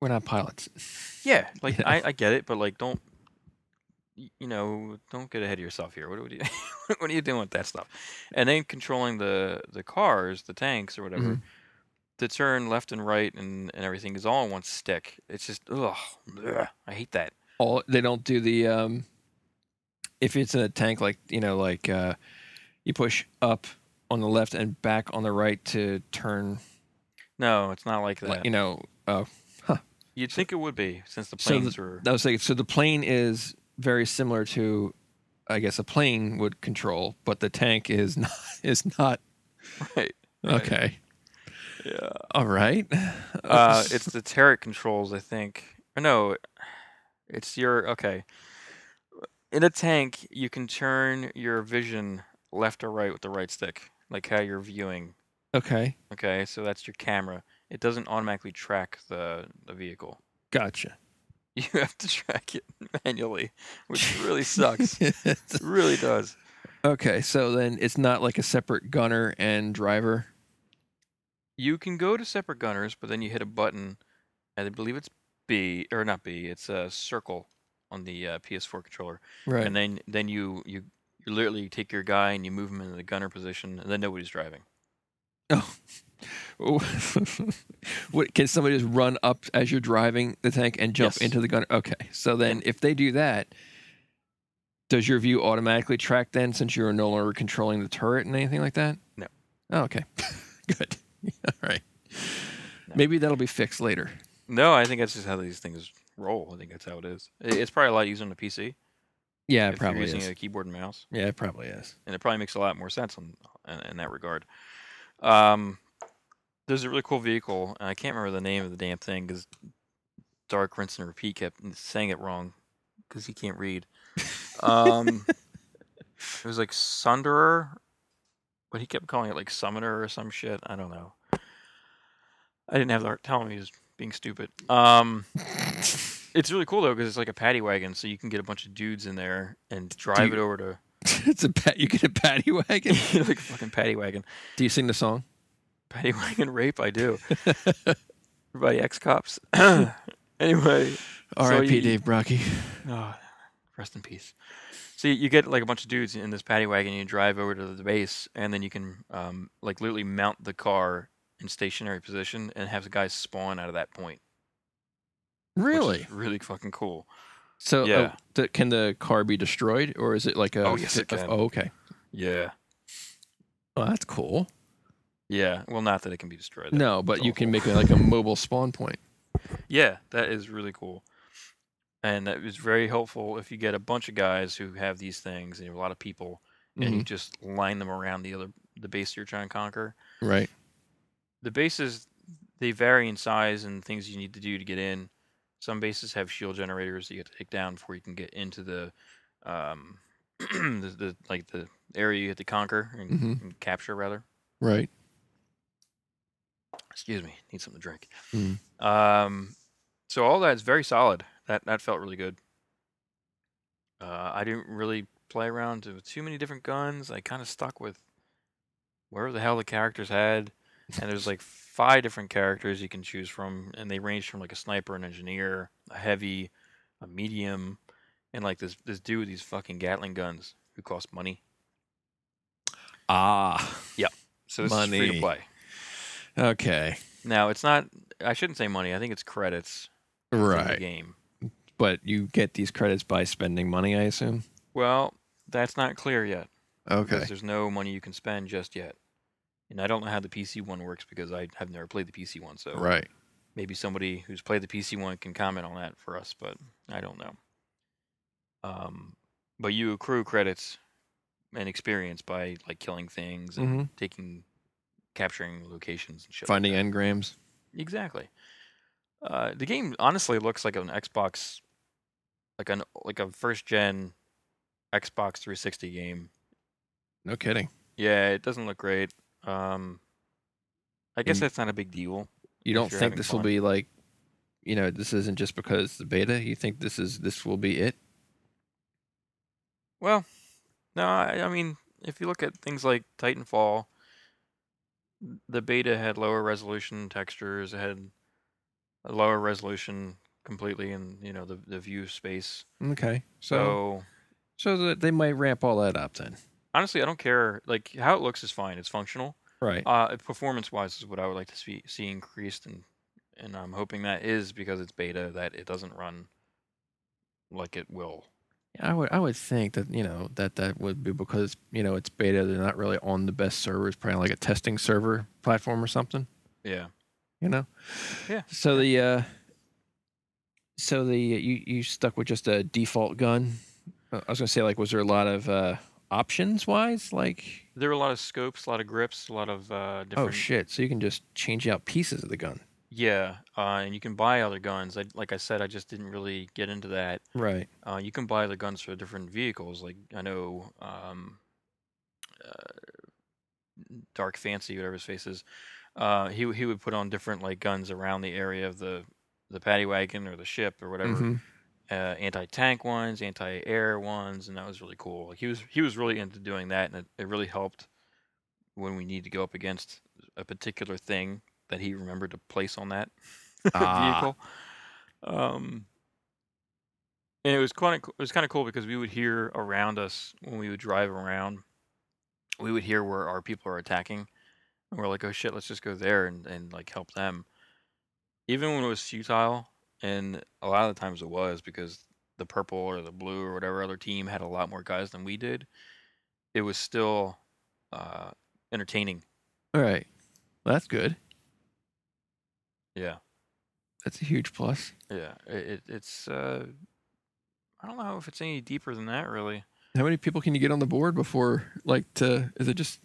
S1: we're not pilots.
S2: Yeah, like
S1: Yeah.
S2: I, I get it, but like don't y- you know don't get ahead of yourself here. What are you [laughs] what are you doing with that stuff? And then controlling the the cars, the tanks or whatever. To turn left and right and, and everything is all on one stick. It's just ugh, ugh, I hate that.
S1: All they don't do the um if it's in a tank like you know, like uh you push up on the left and back on the right to turn
S2: No, it's not like that.
S1: like you know uh,
S2: You'd think it would be since the
S1: so the-
S2: planes were
S1: I was thinking so the plane is very similar to I guess a plane would control, but the tank is [laughs] not is not
S2: right.
S1: okay.
S2: Yeah.
S1: All right.
S2: Uh,
S1: [laughs]
S2: it's the turret controls, I think. Or no, it's your okay. In a tank, you can turn your vision left or right with the right stick, like how you're viewing.
S1: okay.
S2: Okay, so that's your camera. It doesn't automatically track the the vehicle. [laughs]
S1: Gotcha.
S2: You have to track it manually, which really
S1: [laughs]
S2: sucks. It really does.
S1: okay, so then it's not like a separate gunner and driver.
S2: You can go to separate gunners, but then you hit a button, and I believe it's B or not B. It's a circle on the uh, PS4 controller,
S1: Right.
S2: and then then you you you literally take your guy and you move him into the gunner position, and then nobody's driving.
S1: Oh. [laughs] what, can somebody just run up as you're driving the tank and jump
S2: Yes.
S1: into the gunner? Okay. So then if they do that, does your view automatically track then since you're no longer controlling the turret and anything like that?
S2: No.
S1: Oh, okay. [laughs] Good. All right.
S2: No.
S1: Maybe that'll be fixed later.
S2: No, I think that's just how these things roll. I think that's how it is. I- It's probably a lot easier on the PC
S1: Yeah, it
S2: if you're
S1: probably
S2: using
S1: is.
S2: a keyboard and mouse,
S1: yeah, it probably is. [laughs]
S2: and it probably makes a lot more sense on, in, in that regard. Um, there's a really cool vehicle, and I can't remember the name of the damn thing because Dark Rinse and Repeat kept saying it wrong because he can't read. Um, it was like Sunderer, but he kept calling it like Summoner or some shit. I don't know. I didn't have the heart to tell him he was being stupid. Um, it's really cool though because it's like a paddy wagon, so you can get a bunch of dudes in there and drive
S1: Dude.
S2: it over to
S1: it's a pat. You get a paddy
S2: [laughs]
S1: wagon.
S2: like a fucking paddy wagon.
S1: Do you sing the song?
S2: Paddy [laughs] Wagon rape, I do. Everybody ex cops. [clears throat] anyway, So
S1: R.I.P.
S2: you-
S1: Dave Brocky.
S2: oh, rest in peace. So you- you get like a bunch of dudes in this paddy wagon, you drive over to the base, and then you can um, like literally mount the car in stationary position and have the guys spawn out of that point. which is
S1: Really?
S2: really fucking cool.
S1: So oh,
S2: Yeah.
S1: th- can the car be destroyed, or is it like a?
S2: Oh, yes, it
S1: a-
S2: can.
S1: Oh, okay.
S2: Yeah.
S1: Oh, that's cool.
S2: Yeah. Well, not that it can be destroyed. that-
S1: No, but you
S2: awful.
S1: can make it like a mobile spawn [laughs] point.
S2: Yeah, that is really cool. And that is very helpful if you get a bunch of guys who have these things and you have a lot of people and you
S1: Mhm.
S2: just line them around the other the base you're trying to conquer.
S1: Right.
S2: The bases they vary in size and things you need to do to get in. Some bases have shield generators that you have to take down before you can get into the um [clears throat] the, the like the area you have to conquer and,
S1: Mhm.
S2: and capture rather.
S1: Right.
S2: excuse me need something to drink
S1: Mm.
S2: um so all that's very solid that that felt really good uh i didn't really play around with too many different guns i kind of stuck with where the hell the characters had and there's like five different characters you can choose from and they range from like a sniper an engineer a heavy a medium and like this this dude with these fucking gatling guns who cost money
S1: Ah.
S2: so this is free
S1: Money.
S2: to play
S1: Okay.
S2: now it's not i shouldn't say money i think it's credits in the
S1: Right.
S2: game
S1: But you get these credits by spending money, I assume.
S2: Well, that's not clear yet because
S1: Okay.
S2: there's no money you can spend just yet. And I don't know how the PC one works because I have never played the PC one. So
S1: Right.
S2: maybe somebody who's played the PC one can comment on that for us, but I don't know. Um, but you accrue credits and experience by like killing things and
S1: Mm-hmm.
S2: taking, capturing locations and shit. like
S1: Finding engrams.
S2: Exactly. Uh, the game honestly looks like an Xbox, like an like a first gen Xbox 360 game.
S1: No kidding.
S2: Yeah, it doesn't look great. Um, I guess
S1: And-
S2: that's not a big deal.
S1: You
S2: If
S1: don't
S2: you're
S1: think
S2: having
S1: this will
S2: fun.
S1: be like, you know, this isn't just because it's the beta. You think this is this will be it?
S2: Well, no, I, I mean, if you look at things like Titanfall, the beta had lower resolution textures, it had a lower resolution completely, and you know the the view space.
S1: Okay. So
S2: So
S1: so that they might ramp all that up then.
S2: honestly, I don't care. Like how it looks is fine. It's functional.
S1: Right.
S2: Uh, performance wise is what I would like to see, see increased, and and I'm hoping that is because it's beta that it doesn't run like it will.
S1: I would I would think that you know that that would be because you know it's beta. They're not really on the best servers, probably like a testing server platform or something.
S2: Yeah.
S1: You know.
S2: Yeah.
S1: So the uh, so the uh, you you stuck with just a default gun. Uh, I was gonna say like was there a lot of uh, options wise like
S2: There were a lot of scopes, a lot of grips, a lot of uh, different.
S1: oh shit so you can just change out pieces of the gun.
S2: Yeah, uh, and you can buy other guns. I, like I said, I just didn't really get into that.
S1: Right.
S2: Uh, you can buy the guns for different vehicles. Like I know, um, uh, Dark Fancy, whatever his face is, uh, he w- he would put on different like guns around the area of the the paddy wagon or the ship or whatever.
S1: Mhm.
S2: Uh, anti tank ones, anti air ones, and that was really cool. Like, he was he was really into doing that, and it, it really helped when we need to go up against a particular thing that he remembered to place on that [laughs]
S1: Ah.
S2: vehicle. Um, and it was kind of it was kind of cool because we would hear around us when we would drive around, we would hear where our people are attacking, and we're like, oh shit, let's just go there and and like help them. Even when it was futile, and a lot of the times it was because the purple or the blue or whatever other team had a lot more guys than we did. It was still uh, entertaining.
S1: All right. Well, that's good.
S2: Yeah.
S1: That's a huge plus.
S2: Yeah, it, it, it's. Uh, I don't know if it's any deeper than that, really. I
S1: How many people can you get on the board before like to is it just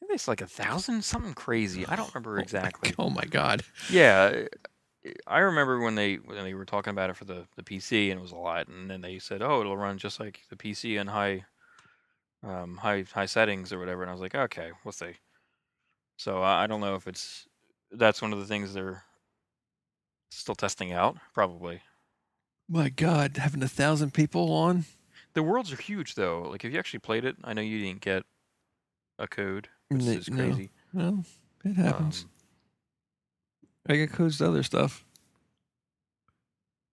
S2: think it's like a thousand, something crazy. I don't
S1: oh
S2: remember
S1: my-
S2: exactly.
S1: [laughs] Oh my god.
S2: yeah, I- I remember when they when they were talking about it for the, the PC, and it was a lot. And then they said, "Oh, it'll run just like the PC in high, um, high high settings or whatever." And I was like, "Okay, we'll see." So I, I don't know if it's that's one of the things they're still testing out, probably.
S1: My God, having a thousand people on?
S2: The worlds are huge though. Like if you actually played it, I know you didn't get a code, which
S1: N-
S2: is crazy.
S1: No, well, it happens.
S2: Um,
S1: I get codes to other stuff.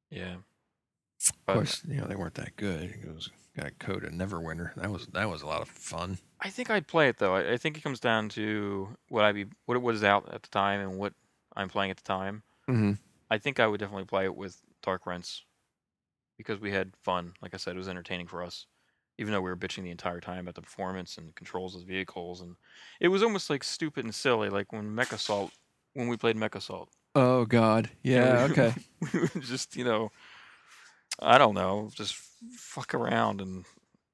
S2: yeah.
S1: Of
S2: But
S1: course, you know they weren't that good. It was got a code of Neverwinter. That was that was a lot of fun.
S2: I think I'd play it though. I, I think it comes down to what I be what it was out at the time and what I'm playing at the time.
S1: Mm-hmm.
S2: I think I would definitely play it with Dark Rents because we had fun. Like I said, it was entertaining for us, even though we were bitching the entire time about the performance and the controls of the vehicles, and it was almost like stupid and silly, like when Mech Assault, when we played Mech Assault. [laughs]
S1: Oh God. Yeah. Okay.
S2: we would just you know, I don't know, just fuck around and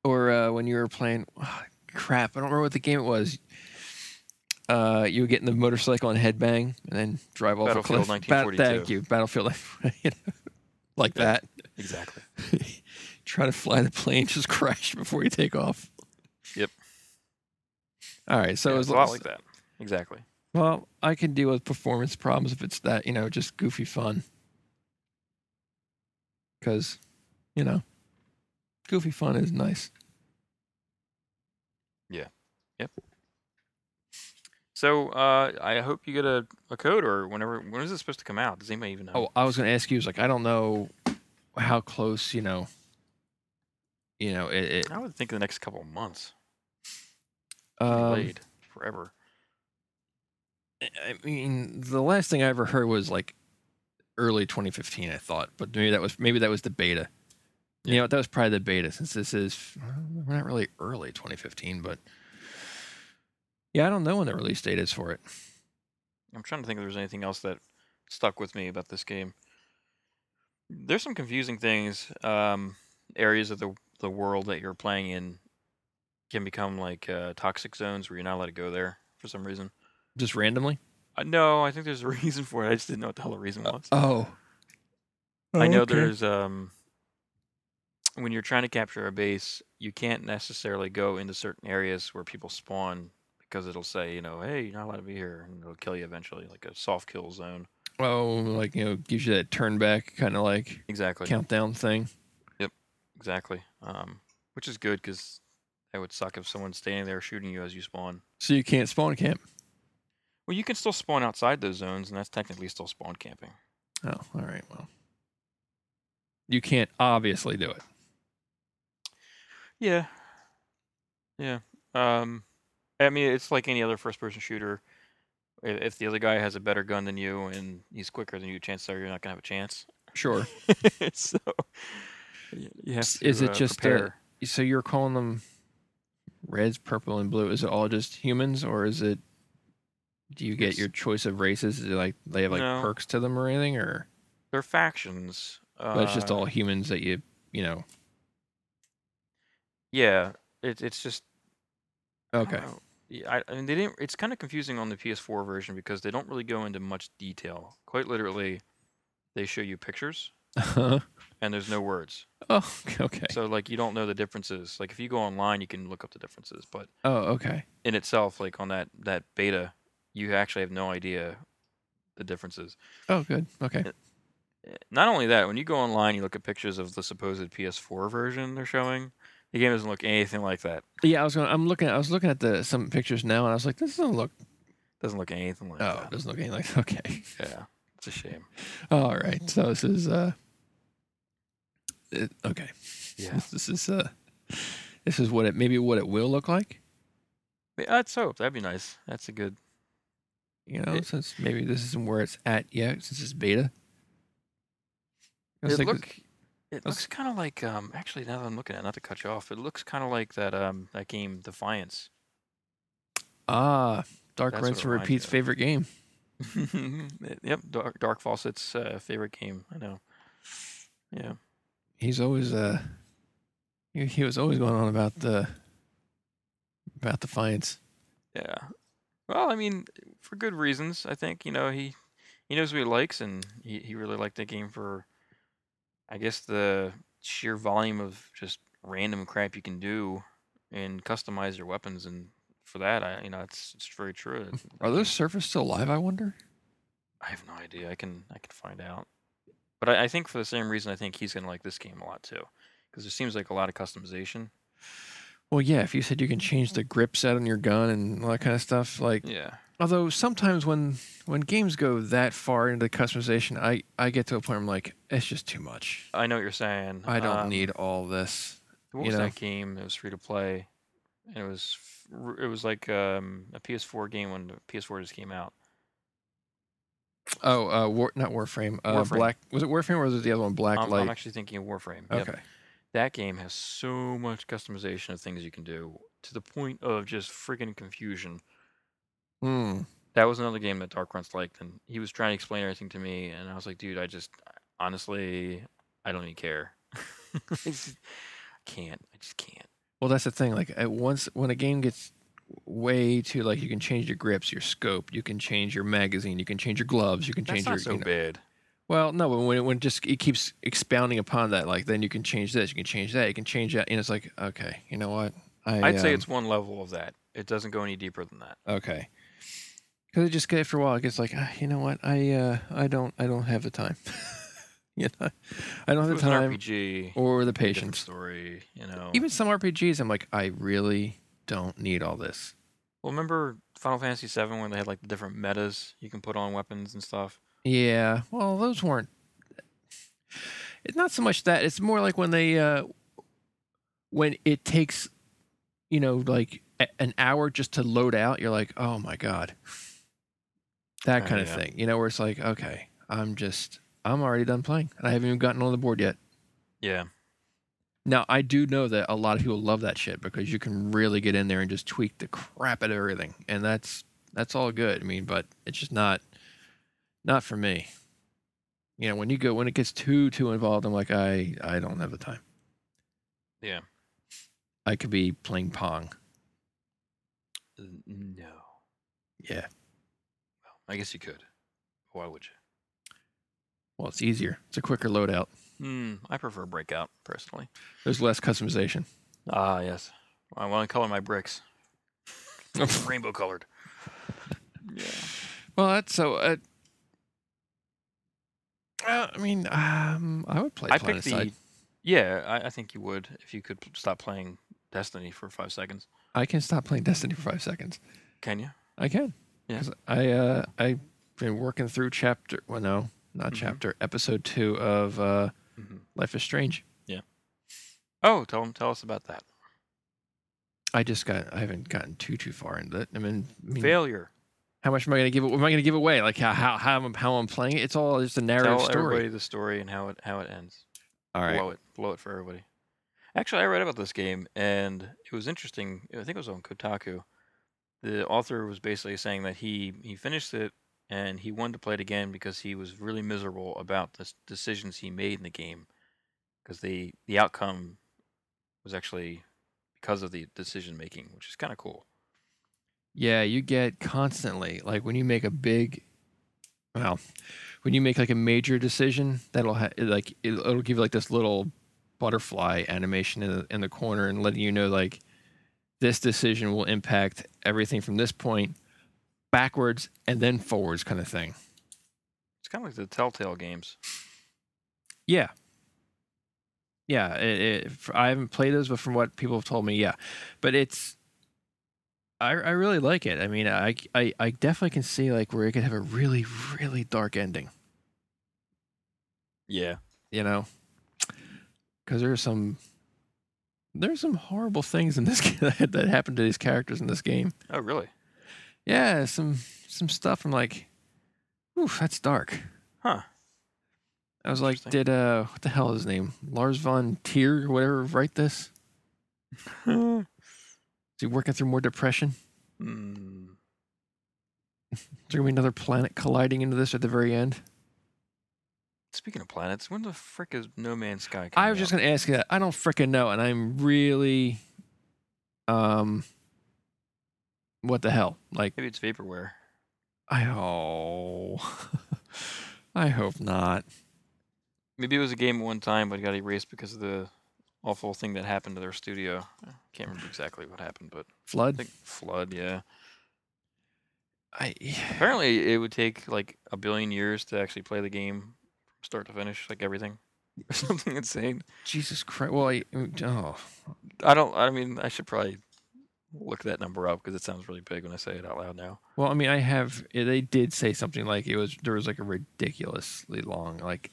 S1: Or uh, when you were playing, ah, crap. I don't remember what the game it was. Uh, you would get in the motorcycle and headbang, and then drive off
S2: Battlefield
S1: a cliff. Bat-
S2: 1942.
S1: thank you, Battlefield. [laughs] 1942, like that.
S2: exactly.
S1: [laughs] Try to fly the plane, just crash before you take off.
S2: Yep.
S1: All right. So
S2: yeah,
S1: it
S2: it's
S1: was
S2: a lot like that. Exactly.
S1: Well, I can deal with performance problems if it's that, you know, just goofy fun. Because, you know, goofy fun is nice.
S2: So uh, I hope you get a, a code or whenever. When is it supposed to come out? Does anybody even know?
S1: Oh, I was going to ask you, is like, I don't know how close, you know, you know, it. it
S2: I would think in the next couple of months.
S1: um,
S2: Delayed forever.
S1: I mean, the last thing I ever heard was like early 2015, I thought, but maybe that was maybe that was the beta. You know, what, that was probably the beta since this is well, not really early 2015, but yeah, I don't know when the release date is for it.
S2: I'm trying to think if there's anything else that stuck with me about this game. There's some confusing things. Um, areas of the the world that you're playing in can become like uh, toxic zones where you're not allowed to go there for some reason.
S1: Just randomly.
S2: Uh, no, I think there's a [laughs] reason for it. I just didn't know what the hell the reason was.
S1: Oh,
S2: I know there's um when you're trying to capture a base, you can't necessarily go into certain areas where people spawn because it'll say, you know, hey, you're not allowed to be here, and it'll kill you eventually, like a soft kill zone.
S1: Oh, like you know, gives you that turn back kind of like
S2: Exactly.
S1: countdown thing.
S2: Exactly. Um, which is good because that would suck if someone's standing there shooting you as you spawn.
S1: So you can't spawn camp.
S2: Well, you can still spawn outside those zones, and that's technically still spawn camping.
S1: Oh, all right. Well, you can't obviously do it.
S2: Yeah. Yeah. Um, I mean, it's like any other first-person shooter. I- If the other guy has a better gun than you and he's quicker than you, chances are you're not gonna have a chance. [laughs]
S1: Sure.
S2: so y- you have
S1: S-
S2: to,
S1: is it
S2: uh,
S1: just, uh,
S2: prepare.
S1: so you're calling them reds, purple, and blue. Is it all just humans, or is it? Do you get
S2: Yes.
S1: your choice of races? Is it like they have like
S2: No.
S1: perks to them or anything, or
S2: they're factions? Uh,
S1: but it's just all humans that you you know?
S2: Yeah. It, it's just
S1: Okay,
S2: don't know. Yeah, I, I mean, they didn't. It's kind of confusing on the PS4 version because they don't really go into much detail. Quite literally, they show you pictures
S1: [laughs] oh
S2: and there's no words.
S1: okay,
S2: So like you don't know the differences. Like if you go online, you can look up the differences, but
S1: oh okay.
S2: in itself, like on that that beta, you actually have no idea the differences.
S1: Oh good, okay.
S2: Eh, Not only that, when you go online, you look at pictures of the supposed PS4 version they're showing. The game doesn't look anything like that.
S1: Yeah, I was going. to I'm looking. I was looking at the some pictures now, and I was like, this doesn't look.
S2: Doesn't look anything like
S1: Oh, it
S2: that.
S1: doesn't look anything like. [laughs] Okay.
S2: Yeah, it's a shame.
S1: [laughs] All right. So this is. uh it, Okay.
S2: Yeah.
S1: This, this is. uh This is what it maybe what it will look like.
S2: Yeah, Let's hope that'd be nice. That's a good
S1: you know,
S2: It-
S1: since maybe this isn't where it's at yet, since it's beta. I was
S2: It
S1: like,
S2: look, it
S1: that's-
S2: looks kind of like um. Actually, now that I'm looking at, it, not to cut you off, it looks kind of like that um that game Defiance.
S1: ah, Dark
S2: That's what
S1: Rents
S2: it reminds me
S1: repeats
S2: of.
S1: favorite game.
S2: [laughs] yep, Dark, Dark Fawcett's uh, favorite game. I know. Yeah,
S1: He's always uh, he, he was always going on about the about defiance.
S2: yeah. Well, I mean, for good reasons. I think you know he he knows what he likes, and he he really liked that game for, I guess the sheer volume of just random crap you can do and customize your weapons and. For that, I you know it's it's very true. That- that
S1: Are
S2: game-
S1: those servers still live? I wonder.
S2: I have no idea. I can I can find out. But I, I think for the same reason, I think he's gonna like this game a lot too, because there seems like a lot of customization.
S1: Well, yeah. If you said you can change the grip set on your gun and all that kind of stuff, like
S2: Yeah.
S1: although sometimes when when games go that far into customization, I I get to a point where I'm like, it's just too much.
S2: I know what you're saying.
S1: I don't
S2: Um,
S1: need all this.
S2: What
S1: you
S2: was
S1: know.
S2: that game? It was free to play. And it was f- r- it was like um, a PS4 game when the PS4 just came out.
S1: Oh, uh, War, not Warframe. Uh,
S2: Warframe.
S1: Black was it Warframe or was it the other one? Black
S2: I'm,
S1: Light.
S2: I'm actually thinking of Warframe. Yep.
S1: okay.
S2: That game has so much customization of things you can do to the point of just freaking confusion.
S1: Hmm.
S2: That was another game that Dark Runs liked, and he was trying to explain everything to me, and I was like, dude, I just honestly, I don't
S1: [laughs]
S2: even care. [laughs] I just- I can't. I just can't.
S1: Well, that's the thing. Like at once when a game gets way too like you can change your grips, your scope, you can change your magazine, you can change your gloves, you can
S2: That's
S1: change
S2: not
S1: your
S2: so
S1: you know-
S2: bad.
S1: Well, no, but when it, when it just it keeps expounding upon that, like then you can change this, you can change that, you can change that, and it's like, okay, you know what? I,
S2: I'd say
S1: um,
S2: it's one level of that. It doesn't go any deeper than that.
S1: okay. Because it just get- after a while, it gets like, ah, you know what? I uh, I don't I don't have the time. [laughs] you know, I don't have
S2: If it
S1: the
S2: was an
S1: time
S2: RPG,
S1: or the
S2: different
S1: patience.
S2: story, you know.
S1: Even some RPGs, I'm like, I really don't need all this.
S2: well, remember Final Fantasy VII when they had like the different metas you can put on weapons and stuff.
S1: Yeah. Well, those weren't. It's not so much that. It's more like when they, uh, when it takes, you know, like a- an hour just to load out. You're like, oh my god, that
S2: Oh,
S1: kind of
S2: yeah.
S1: thing. You know, where it's like, okay, I'm just, I'm already done playing, and I haven't even gotten on the board yet.
S2: Yeah.
S1: Now, I do know that a lot of people love that shit because you can really get in there and just tweak the crap out of everything, and that's that's all good. I mean, but it's just not not for me. You know, when you go when it gets too too involved, I'm like, I I don't have the time.
S2: Yeah.
S1: I could be playing pong.
S2: N- No.
S1: Yeah,
S2: Well, I guess you could. Why would you?
S1: well, it's easier. It's a quicker loadout.
S2: Hmm. I prefer Breakout personally.
S1: There's less customization.
S2: Ah, yes. I want to color my [laughs] bricks rainbow colored. Yeah.
S1: well, that's so. Uh, uh, I mean, um, I would play.
S2: I
S1: Planet
S2: picked the.
S1: Side.
S2: Yeah, I, I think you would if you could p- stop playing Destiny for five seconds.
S1: I can stop playing Destiny for five seconds.
S2: Can you?
S1: I can.
S2: Yeah.
S1: 'Cause I uh I've been working through chapter well no, not
S2: Mhm.
S1: chapter, episode two of uh
S2: Mhm.
S1: Life is Strange.
S2: Oh, tell 'em- Tell us about that
S1: I just got I haven't gotten too too far into it. I mean, I mean,
S2: failure.
S1: how much am I gonna give am I gonna give away? Like how how how I'm, how I'm playing it? It's all just a narrative
S2: tell
S1: story.
S2: everybody the story and how it how it ends.
S1: All right.
S2: blow it, blow it for everybody. Actually, I read about this game, and it was interesting. I think it was on Kotaku. The author was basically saying that he he finished it and he wanted to play it again because he was really miserable about the s- decisions he made in the game, because the the outcome was actually because of the decision making, which is kind of cool.
S1: Yeah, you get constantly like when you make a big, well, when you make like a major decision, that'll ha- like it'll, it'll give you like this little butterfly animation in the, in the corner and letting you know like this decision will impact everything from this point backwards and then forwards kind of thing.
S2: It's kind of like the Telltale games.
S1: Yeah. Yeah, it, it, f- I haven't played those, but from what people have told me, yeah, but it's I I really like it. I mean, I c- I, I definitely can see like where it could have a really really dark ending,
S2: Yeah,
S1: you know, because there's some there's some horrible things in this [laughs] game that, that happened to these characters in this game. [laughs]
S2: Oh, really?
S1: Yeah, some some stuff. I'm like, oof, that's dark.
S2: Huh.
S1: I was like,
S2: Interesting.
S1: did uh, what the hell is his name? Lars von Trier, or whatever, write this?
S2: mm,
S1: Is he working through more depression?
S2: I
S1: Is there gonna be another planet colliding into this at the very end?
S2: Speaking of planets, when the frick is No Man's Sky?
S1: I
S2: coming
S1: was
S2: out?
S1: just gonna ask you that. I don't frickin' know, and I'm really, um, what the hell? Like,
S2: Maybe it's vaporware.
S1: I oh, [laughs] I hope not.
S2: Maybe it was a game at one time, but it got erased because of the awful thing that happened to their studio. I can't remember exactly what happened, but I
S1: Flood.
S2: think flood. Yeah.
S1: I
S2: Apparently, it would take like a billion years to actually play the game from start to finish, like everything. [laughs] Something insane.
S1: Jesus Christ. Well, I, oh,
S2: I don't. I mean, I should probably look that number up because it sounds really big when I say it out loud now.
S1: Well, I mean, I have. eh, They did say something like it was. There was like a ridiculously long, like,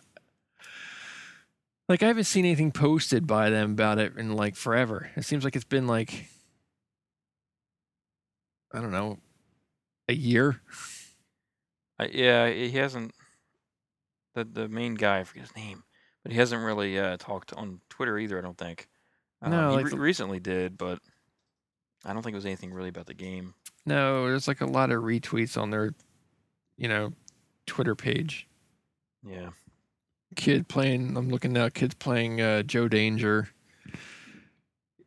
S1: like I haven't seen anything posted by them about it in like forever. It seems like it's been like, I don't know, a year.
S2: I, Uh, yeah, he hasn't. the the main guy. I forget his name, but he hasn't really uh, talked on Twitter either. I don't think. Um,
S1: No,
S2: he
S1: like
S2: re-
S1: the-
S2: recently did, but I don't think it was anything really about the game.
S1: No, there's like a lot of retweets on their, you know, Twitter page.
S2: Yeah.
S1: Kid playing. I'm looking now. Kids playing uh, Joe Danger.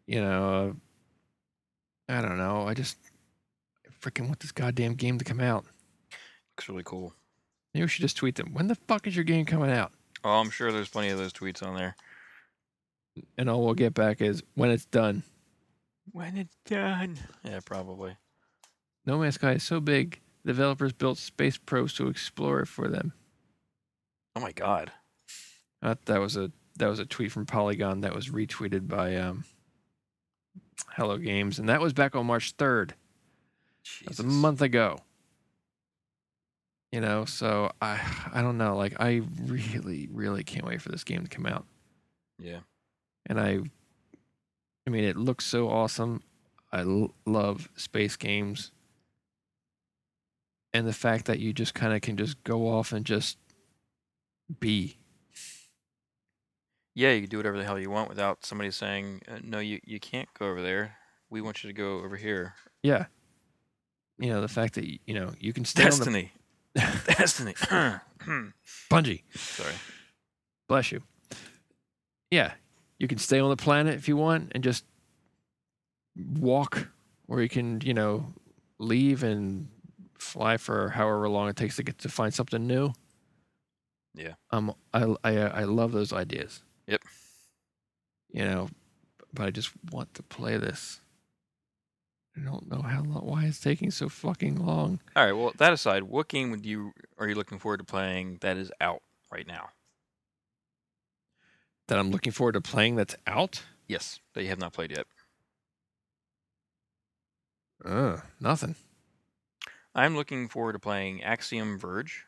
S1: You know, uh, I don't know. I just freaking want this goddamn game to come out.
S2: Looks really cool.
S1: Maybe we should just tweet them. When the fuck is your game coming out?
S2: Oh, I'm sure there's plenty of those tweets on there.
S1: And all we'll get back is when it's done.
S2: When it's done. Yeah, probably.
S1: No Man's Sky is so big, developers built space probes to explore it for them.
S2: Oh my God.
S1: Uh, that was a that was a tweet from Polygon that was retweeted by um, Hello Games, and that was back on March third. That's
S2: Jesus.
S1: a month ago. You know, so I I don't know. Like I really really can't wait for this game to come out.
S2: Yeah.
S1: And I, I mean, it looks so awesome. I l- love space games. And the fact that you just kind of can just go off and just be.
S2: Yeah, you can do whatever the hell you want without somebody saying, uh, "No, you you can't go over there. We want you to go over here."
S1: Yeah. You know, the fact that, y- you know, you can stay on [laughs]
S2: Destiny. Destiny. [clears throat]
S1: the Bungie.
S2: Sorry.
S1: Bless you. Yeah. You can stay on the planet if you want and just walk, or you can, you know, leave and fly for however long it takes to get to find something new.
S2: Yeah.
S1: Um, I, I, I love those ideas.
S2: Yep.
S1: You know, but I just want to play this. I don't know how long, why it's taking so fucking long.
S2: All right. Well, that aside, what game would you are you looking forward to playing that is out right now?
S1: That I'm looking forward to playing that's out?
S2: Yes, that you have not played yet.
S1: Uh, nothing.
S2: I'm looking forward to playing Axiom Verge,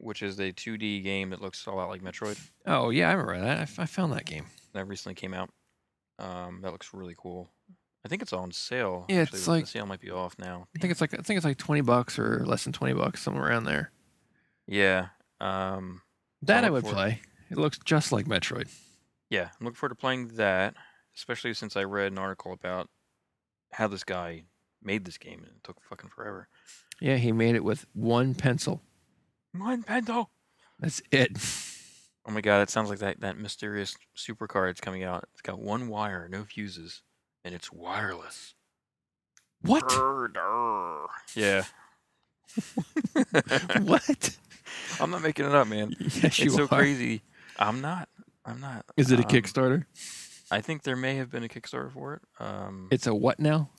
S2: which is a 2D game that looks a lot like Metroid.
S1: Oh, yeah, I remember that. I, f- I found that game.
S2: That recently came out. Um, that looks really cool. I think it's on sale.
S1: Yeah,
S2: actually,
S1: it's
S2: but
S1: like-
S2: the sale might be off now.
S1: I think it's like I think it's like twenty bucks or less than twenty bucks, somewhere around there.
S2: Yeah. Um,
S1: That I would
S2: look for it.
S1: play. It looks just like Metroid.
S2: Yeah, I'm looking forward to playing that, especially since I read an article about how this guy made this game and it took fucking forever.
S1: Yeah, he made it with one pencil.
S2: One Pento.
S1: That's it. [laughs]
S2: Oh my god, that sounds like that, that mysterious supercar that's coming out. It's got one wire, no fuses, and
S1: [laughs]
S2: it's wireless. [laughs]
S1: What?
S2: Brr, durr.
S1: [laughs]
S2: Yeah. [laughs]
S1: what?
S2: I'm not making it up, man.
S1: Yes, you
S2: it's so
S1: are.
S2: crazy. I'm not. I'm not.
S1: Is it a
S2: Um,
S1: Kickstarter?
S2: I think there may have been a Kickstarter for it. Um,
S1: It's a what now?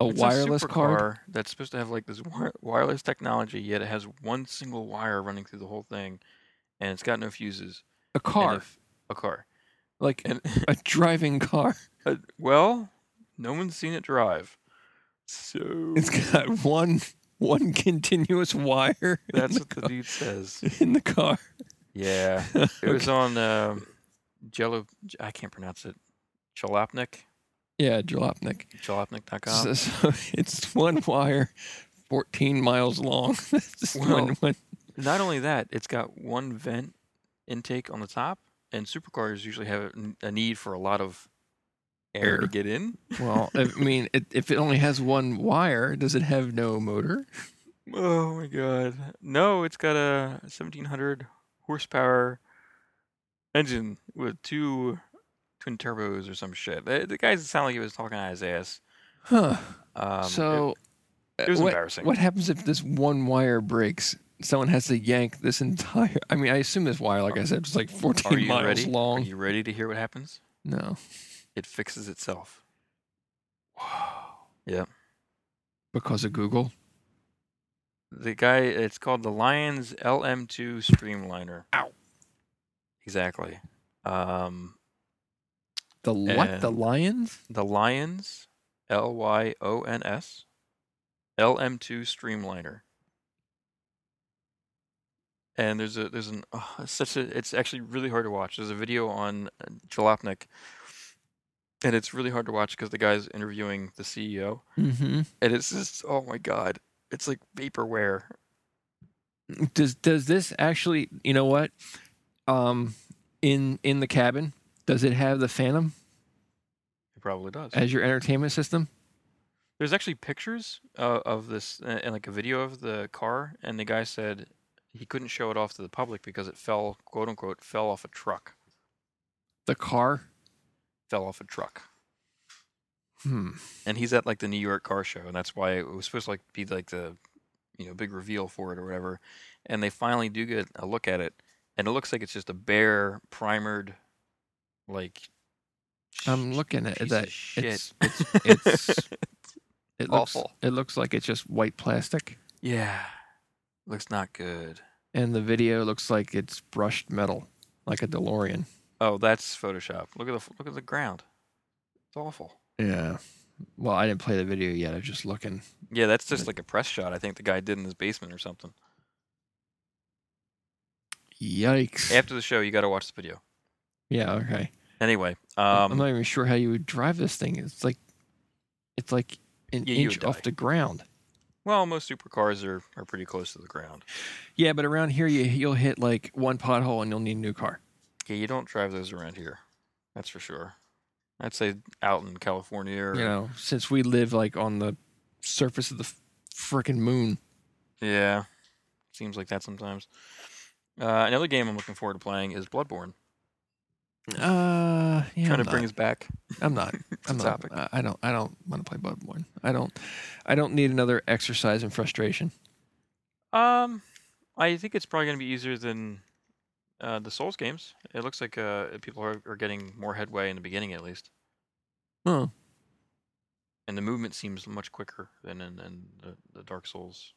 S1: A
S2: It's
S1: wireless card.
S2: supercar that's supposed to have like this wi- wireless technology, yet it has one single wire running through the whole thing, and it's got no fuses.
S1: A car,
S2: And if- a car.
S1: like
S2: And [laughs]
S1: a driving car.
S2: uh, well, no one's seen it drive, so [laughs]
S1: It's got one one continuous wire
S2: that's
S1: in,
S2: what the dude says.
S1: the, [laughs] in the car.
S2: Yeah, it was on um Jello. J- I can't pronounce it. Jalopnik.
S1: Yeah, Jalopnik. So,
S2: Jalopnik.com.
S1: so [laughs] it's one wire, 14 miles long. [laughs] That's just one-
S2: Well,
S1: one-
S2: Not only that, it's got one vent intake on the top, and supercars usually have a- a need for a lot of air
S1: Air.
S2: to get in.
S1: well, I mean, it, if it only has one wire, does it have no motor?
S2: Oh my god. No, it's got a 1700 horsepower engine with two twin turbos or some shit. The, the guy sounded like he was talking out of his ass.
S1: Huh.
S2: Um, it-
S1: so, uh,
S2: it was
S1: what,
S2: embarrassing.
S1: What happens if this one wire breaks? Someone has to yank this entire. I mean, I assume this wire, like I said, was like
S2: are
S1: 14
S2: you
S1: miles
S2: ready? Are
S1: long.
S2: you ready to hear what happens?
S1: No.
S2: It fixes itself.
S1: Because of Google?
S2: The guy, it's called the Lions LM2 Streamliner.
S1: Ow.
S2: Exactly. Um,
S1: The what? The
S2: And-
S1: Lions?
S2: the Lions, L Y O N S, LM2 Streamliner. And there's a there's an oh, it's such a it's actually really hard to watch. There's a video on uh, Jalopnik, and it's really hard to watch because the guy's interviewing the E CEO,
S1: Mm hmm.
S2: and it's just oh my god, it's like vaporware.
S1: does does this actually you know what um in in the cabin does it have the phantom
S2: It probably does.
S1: as your entertainment system
S2: There's actually pictures uh, of this uh, and like a video of the car, and the guy said he couldn't show it off to the public because it fell, quote unquote, fell off a truck.
S1: the car
S2: Fell off a truck.
S1: hmm
S2: and he's at like the New York car show, and that's why it was supposed to like be like the you know big reveal for it or whatever. And they finally do get a look at it, and it looks like it's just a bare primered, like. sh-
S1: i'm looking at
S2: piece of
S1: that
S2: shit. [laughs]
S1: it's- it's- it's- it looks
S2: Awful.
S1: it looks like it's just white plastic
S2: yeah, looks not good.
S1: and the video looks like it's brushed metal like a delorean
S2: Oh, that's Photoshop. Look at the f- look at the ground. It's awful.
S1: yeah well i didn't play the video yet i was just looking
S2: Yeah, that's just like a press shot. I think the guy did in his basement or something.
S1: yikes
S2: After the show, you got to watch this video.
S1: yeah okay
S2: Anyway,
S1: I'm- i'm
S2: um,
S1: not even sure how you would drive this thing it's like it's like an
S2: Yeah, you
S1: inch
S2: would die.
S1: off the ground
S2: well, most supercars are are pretty close to the ground.
S1: Yeah, but around here you you'll hit like one pothole and you'll need a new car.
S2: Yeah, you don't drive those around here. That's for sure. I'd say out in California or
S1: You know, since we live like on the surface of the freaking moon.
S2: yeah. Seems like that sometimes. Uh, another game I'm looking forward to playing is Bloodborne.
S1: Uh, yeah,
S2: Trying
S1: I'm
S2: to bring
S1: not.
S2: us back.
S1: I'm
S2: [laughs]
S1: not.
S2: It's
S1: I'm
S2: a
S1: not.
S2: topic.
S1: I- I don't. I don't want to play Bloodborne. I don't. I don't need another exercise in frustration.
S2: Um, I think it's probably going to be easier than uh, the Souls games. It looks like uh, people are, are getting more headway in the beginning, at least,
S1: Huh.
S2: and the movement seems much quicker than in, in the, the Dark Souls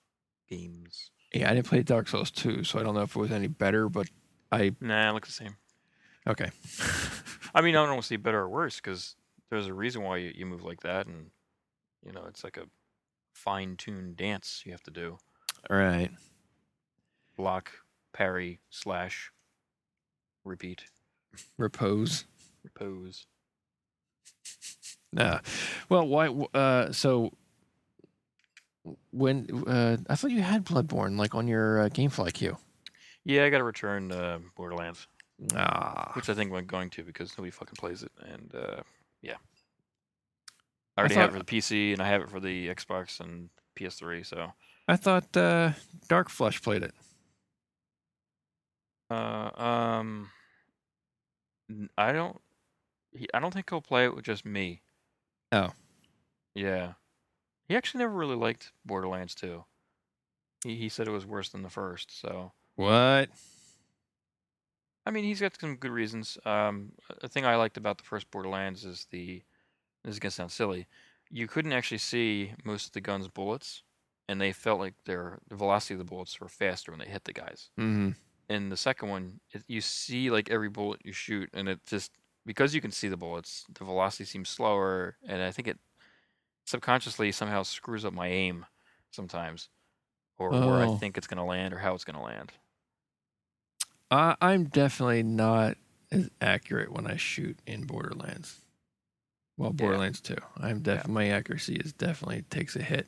S2: games.
S1: Yeah, I didn't play Dark Souls 2, so I don't know if it was any better. But I
S2: Nah, it looks the same.
S1: okay.
S2: I mean, I don't want to say better or worse because there's a reason why you, you move like that, and you know, it's like a fine-tuned dance you have to do:
S1: [laughs] All right.
S2: block, parry, slash, repeat,
S1: Repose.
S2: repose.
S1: Nah. Well, why? Uh, so when uh, I thought you had Bloodborne like on your uh, GameFly queue.
S2: Yeah, I got to return uh, Borderlands,
S1: Ah,
S2: which I think I'm going to because nobody fucking plays it, and uh, yeah, I
S1: I
S2: already have it
S1: thought-
S2: for the PC and I have it for the Xbox and PS3. So
S1: I thought uh, Dark Flush played it.
S2: Uh, um, n- I don't. He, I don't think he'll play it with just me.
S1: Oh.
S2: Yeah. He actually never really liked Borderlands 2. He he said it was worse than the first. So
S1: What?
S2: I mean, he's got some good reasons. Um, a- a thing I liked about the first Borderlands is the. This is gonna sound silly. You couldn't actually see most of the gun's bullets, and they felt like their the velocity of the bullets were faster when they hit the guys
S1: Mm-hmm.
S2: in the second one, it, you see like every bullet you shoot, and it just because you can see the bullets, the velocity seems slower, and I think it subconsciously somehow screws up my aim sometimes, or where I
S1: Oh.
S2: think it's gonna land or how it's gonna land.
S1: Uh, I'm definitely not as accurate when I shoot in Borderlands. Well, Borderlands too. I'm def- my accuracy is definitely takes a hit.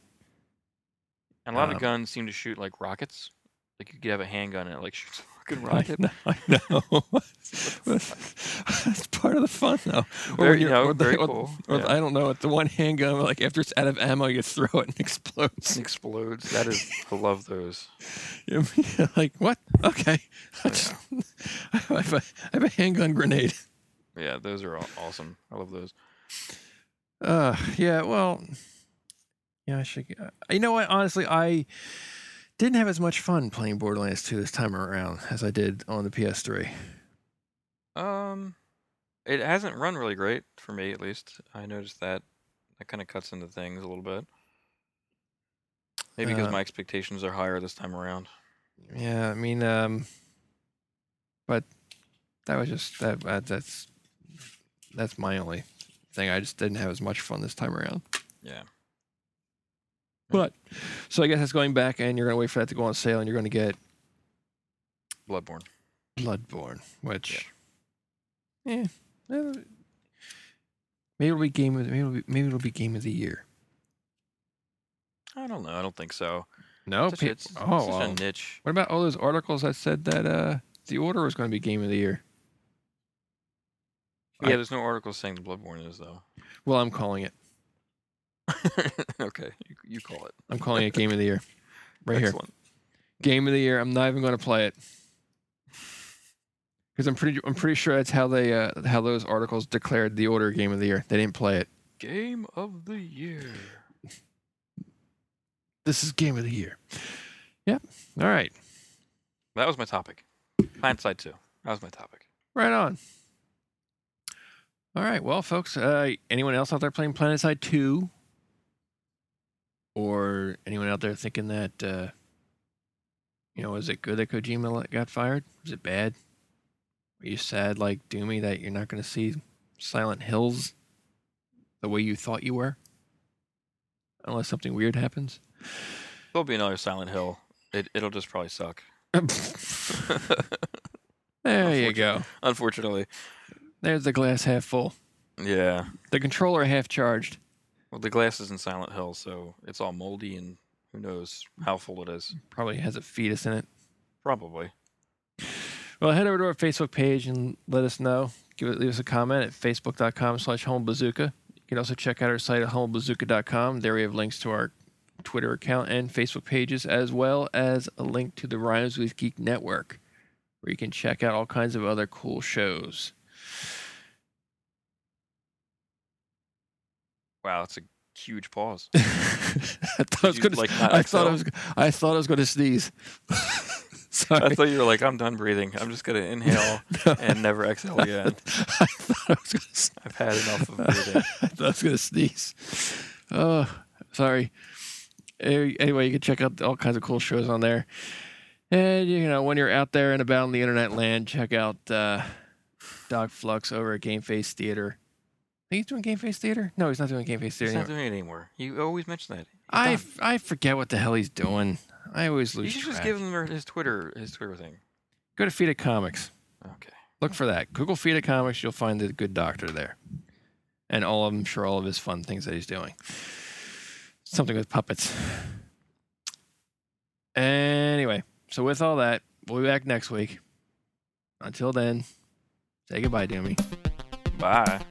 S2: And a lot
S1: Um,
S2: of guns seem to shoot like rockets. Like you could have a handgun and it like [laughs] shoots
S1: [laughs]
S2: a fucking
S1: I
S2: rocket.
S1: know. I know. [laughs] That's part of the fun, though.
S2: [laughs]
S1: you're-
S2: Very, you know,
S1: or the-
S2: very
S1: or-
S2: cool.
S1: Or
S2: yeah.
S1: I don't know. At the one handgun, like after it's out of ammo, you throw it and [laughs] it explodes.
S2: [laughs] explodes. That is, I love those.
S1: [laughs] You're like what? Okay. [laughs] I,
S2: Yeah.
S1: just, I, have a, I have a handgun grenade.
S2: Yeah, those are aw- awesome. I love those.
S1: Uh, yeah. Well, yeah. I should. Uh, you know what? Honestly, I didn't have as much fun playing Borderlands 2 this time around as I did on the PS3.
S2: Um, it hasn't run really great for me, at least. I noticed that. That kind of cuts into things a little bit. Maybe because
S1: Uh,
S2: my expectations are higher this time around.
S1: Yeah. I mean, um, but that was just that. that that's that's my only thing. I just didn't have as much fun this time around.
S2: Yeah.
S1: But so I guess that's going back, and you're gonna wait for that to go on sale, and you're gonna get
S2: Bloodborne.
S1: Bloodborne, which, yeah, Uh, maybe it'll be game of maybe it'll be, maybe it'll be game of the year.
S2: I don't know. I don't think so.
S1: No.
S2: Such
S1: pe-
S2: a, it's
S1: oh,
S2: such
S1: well.
S2: a niche.
S1: what about all those articles that said that uh, the order was going to be game of the year? I-
S2: Yeah, there's no article saying the Bloodborne is though. [laughs]
S1: Well, I'm calling it.
S2: okay, you, you call it.
S1: I'm calling it game of the
S2: [laughs]
S1: year, right here.
S2: Excellent.
S1: Game of the year. I'm not even going to play it because I'm pretty. I'm pretty sure that's how they uh, how those articles declared the order game of the year. They didn't play it.
S2: Game of the year.
S1: This is game of the year. Yep. All right.
S2: That was my topic. Hindsight too. That was my topic.
S1: Right on. All right. Well, folks. Uh, anyone else out there playing Planet Side Two? Or anyone out there thinking that uh, you know, is it good that Kojima let- got fired? Is it bad? Are you sad like Doomy that you're not going to see Silent Hills the way you thought you were? Unless something weird happens.
S2: There'll be another Silent Hill. It, it'll just probably suck. [laughs]
S1: there you go.
S2: Unfortunately.
S1: There's the glass half full.
S2: Yeah.
S1: The controller half charged.
S2: Well, the glass is in Silent Hill, so it's all moldy and who knows how full it is.
S1: Probably has a fetus in it.
S2: Probably.
S1: Well, head over to our Facebook page and let us know. Give it, leave us a comment at facebook.com slash homebazooka. You can also check out our site at homebazooka.com. There we have links to our Twitter account and Facebook pages, as well as a link to the Rhymes with Geek Network, where you can check out all kinds of other cool
S2: [laughs]
S1: shows. [laughs]
S2: Wow, that's a huge pause.
S1: I thought I was
S2: you,
S1: going
S2: like,
S1: to.
S2: not
S1: I thought I
S2: exhale?
S1: was. I thought I was going to sneeze. [laughs]
S2: I
S1: Sorry.
S2: thought you were like, I'm done breathing. I'm just gonna [laughs] inhale
S1: No.
S2: and never exhale again.
S1: [laughs] I thought I was going to.
S2: I've had enough of
S1: I
S2: breathing.
S1: thought [laughs] I was gonna sneeze. Oh, sorry. Any- Anyway, you can check out all kinds of cool shows on there. And you know, when you're out there and about in the internet land, check out uh, Doc Flux over at Game Face Theater. I think he's doing Game Face Theater. No, he's not doing Game Face Theater.
S2: He's not
S1: anymore.
S2: doing it anymore. You always mention that.
S1: I,
S2: done.
S1: f- I forget what the hell he's doing. I always
S2: You
S1: lose
S2: should
S1: track.
S2: just give him his Twitter, his Twitter thing.
S1: Go to Feta Comics.
S2: Okay.
S1: Look for that. Google Feta Comics. You'll find the good doctor there, and all of, I'm sure all of his fun things that he's doing. Something with puppets. Anyway, so with all that, we'll be back next week. Until then, say goodbye, Doomy.
S2: Bye.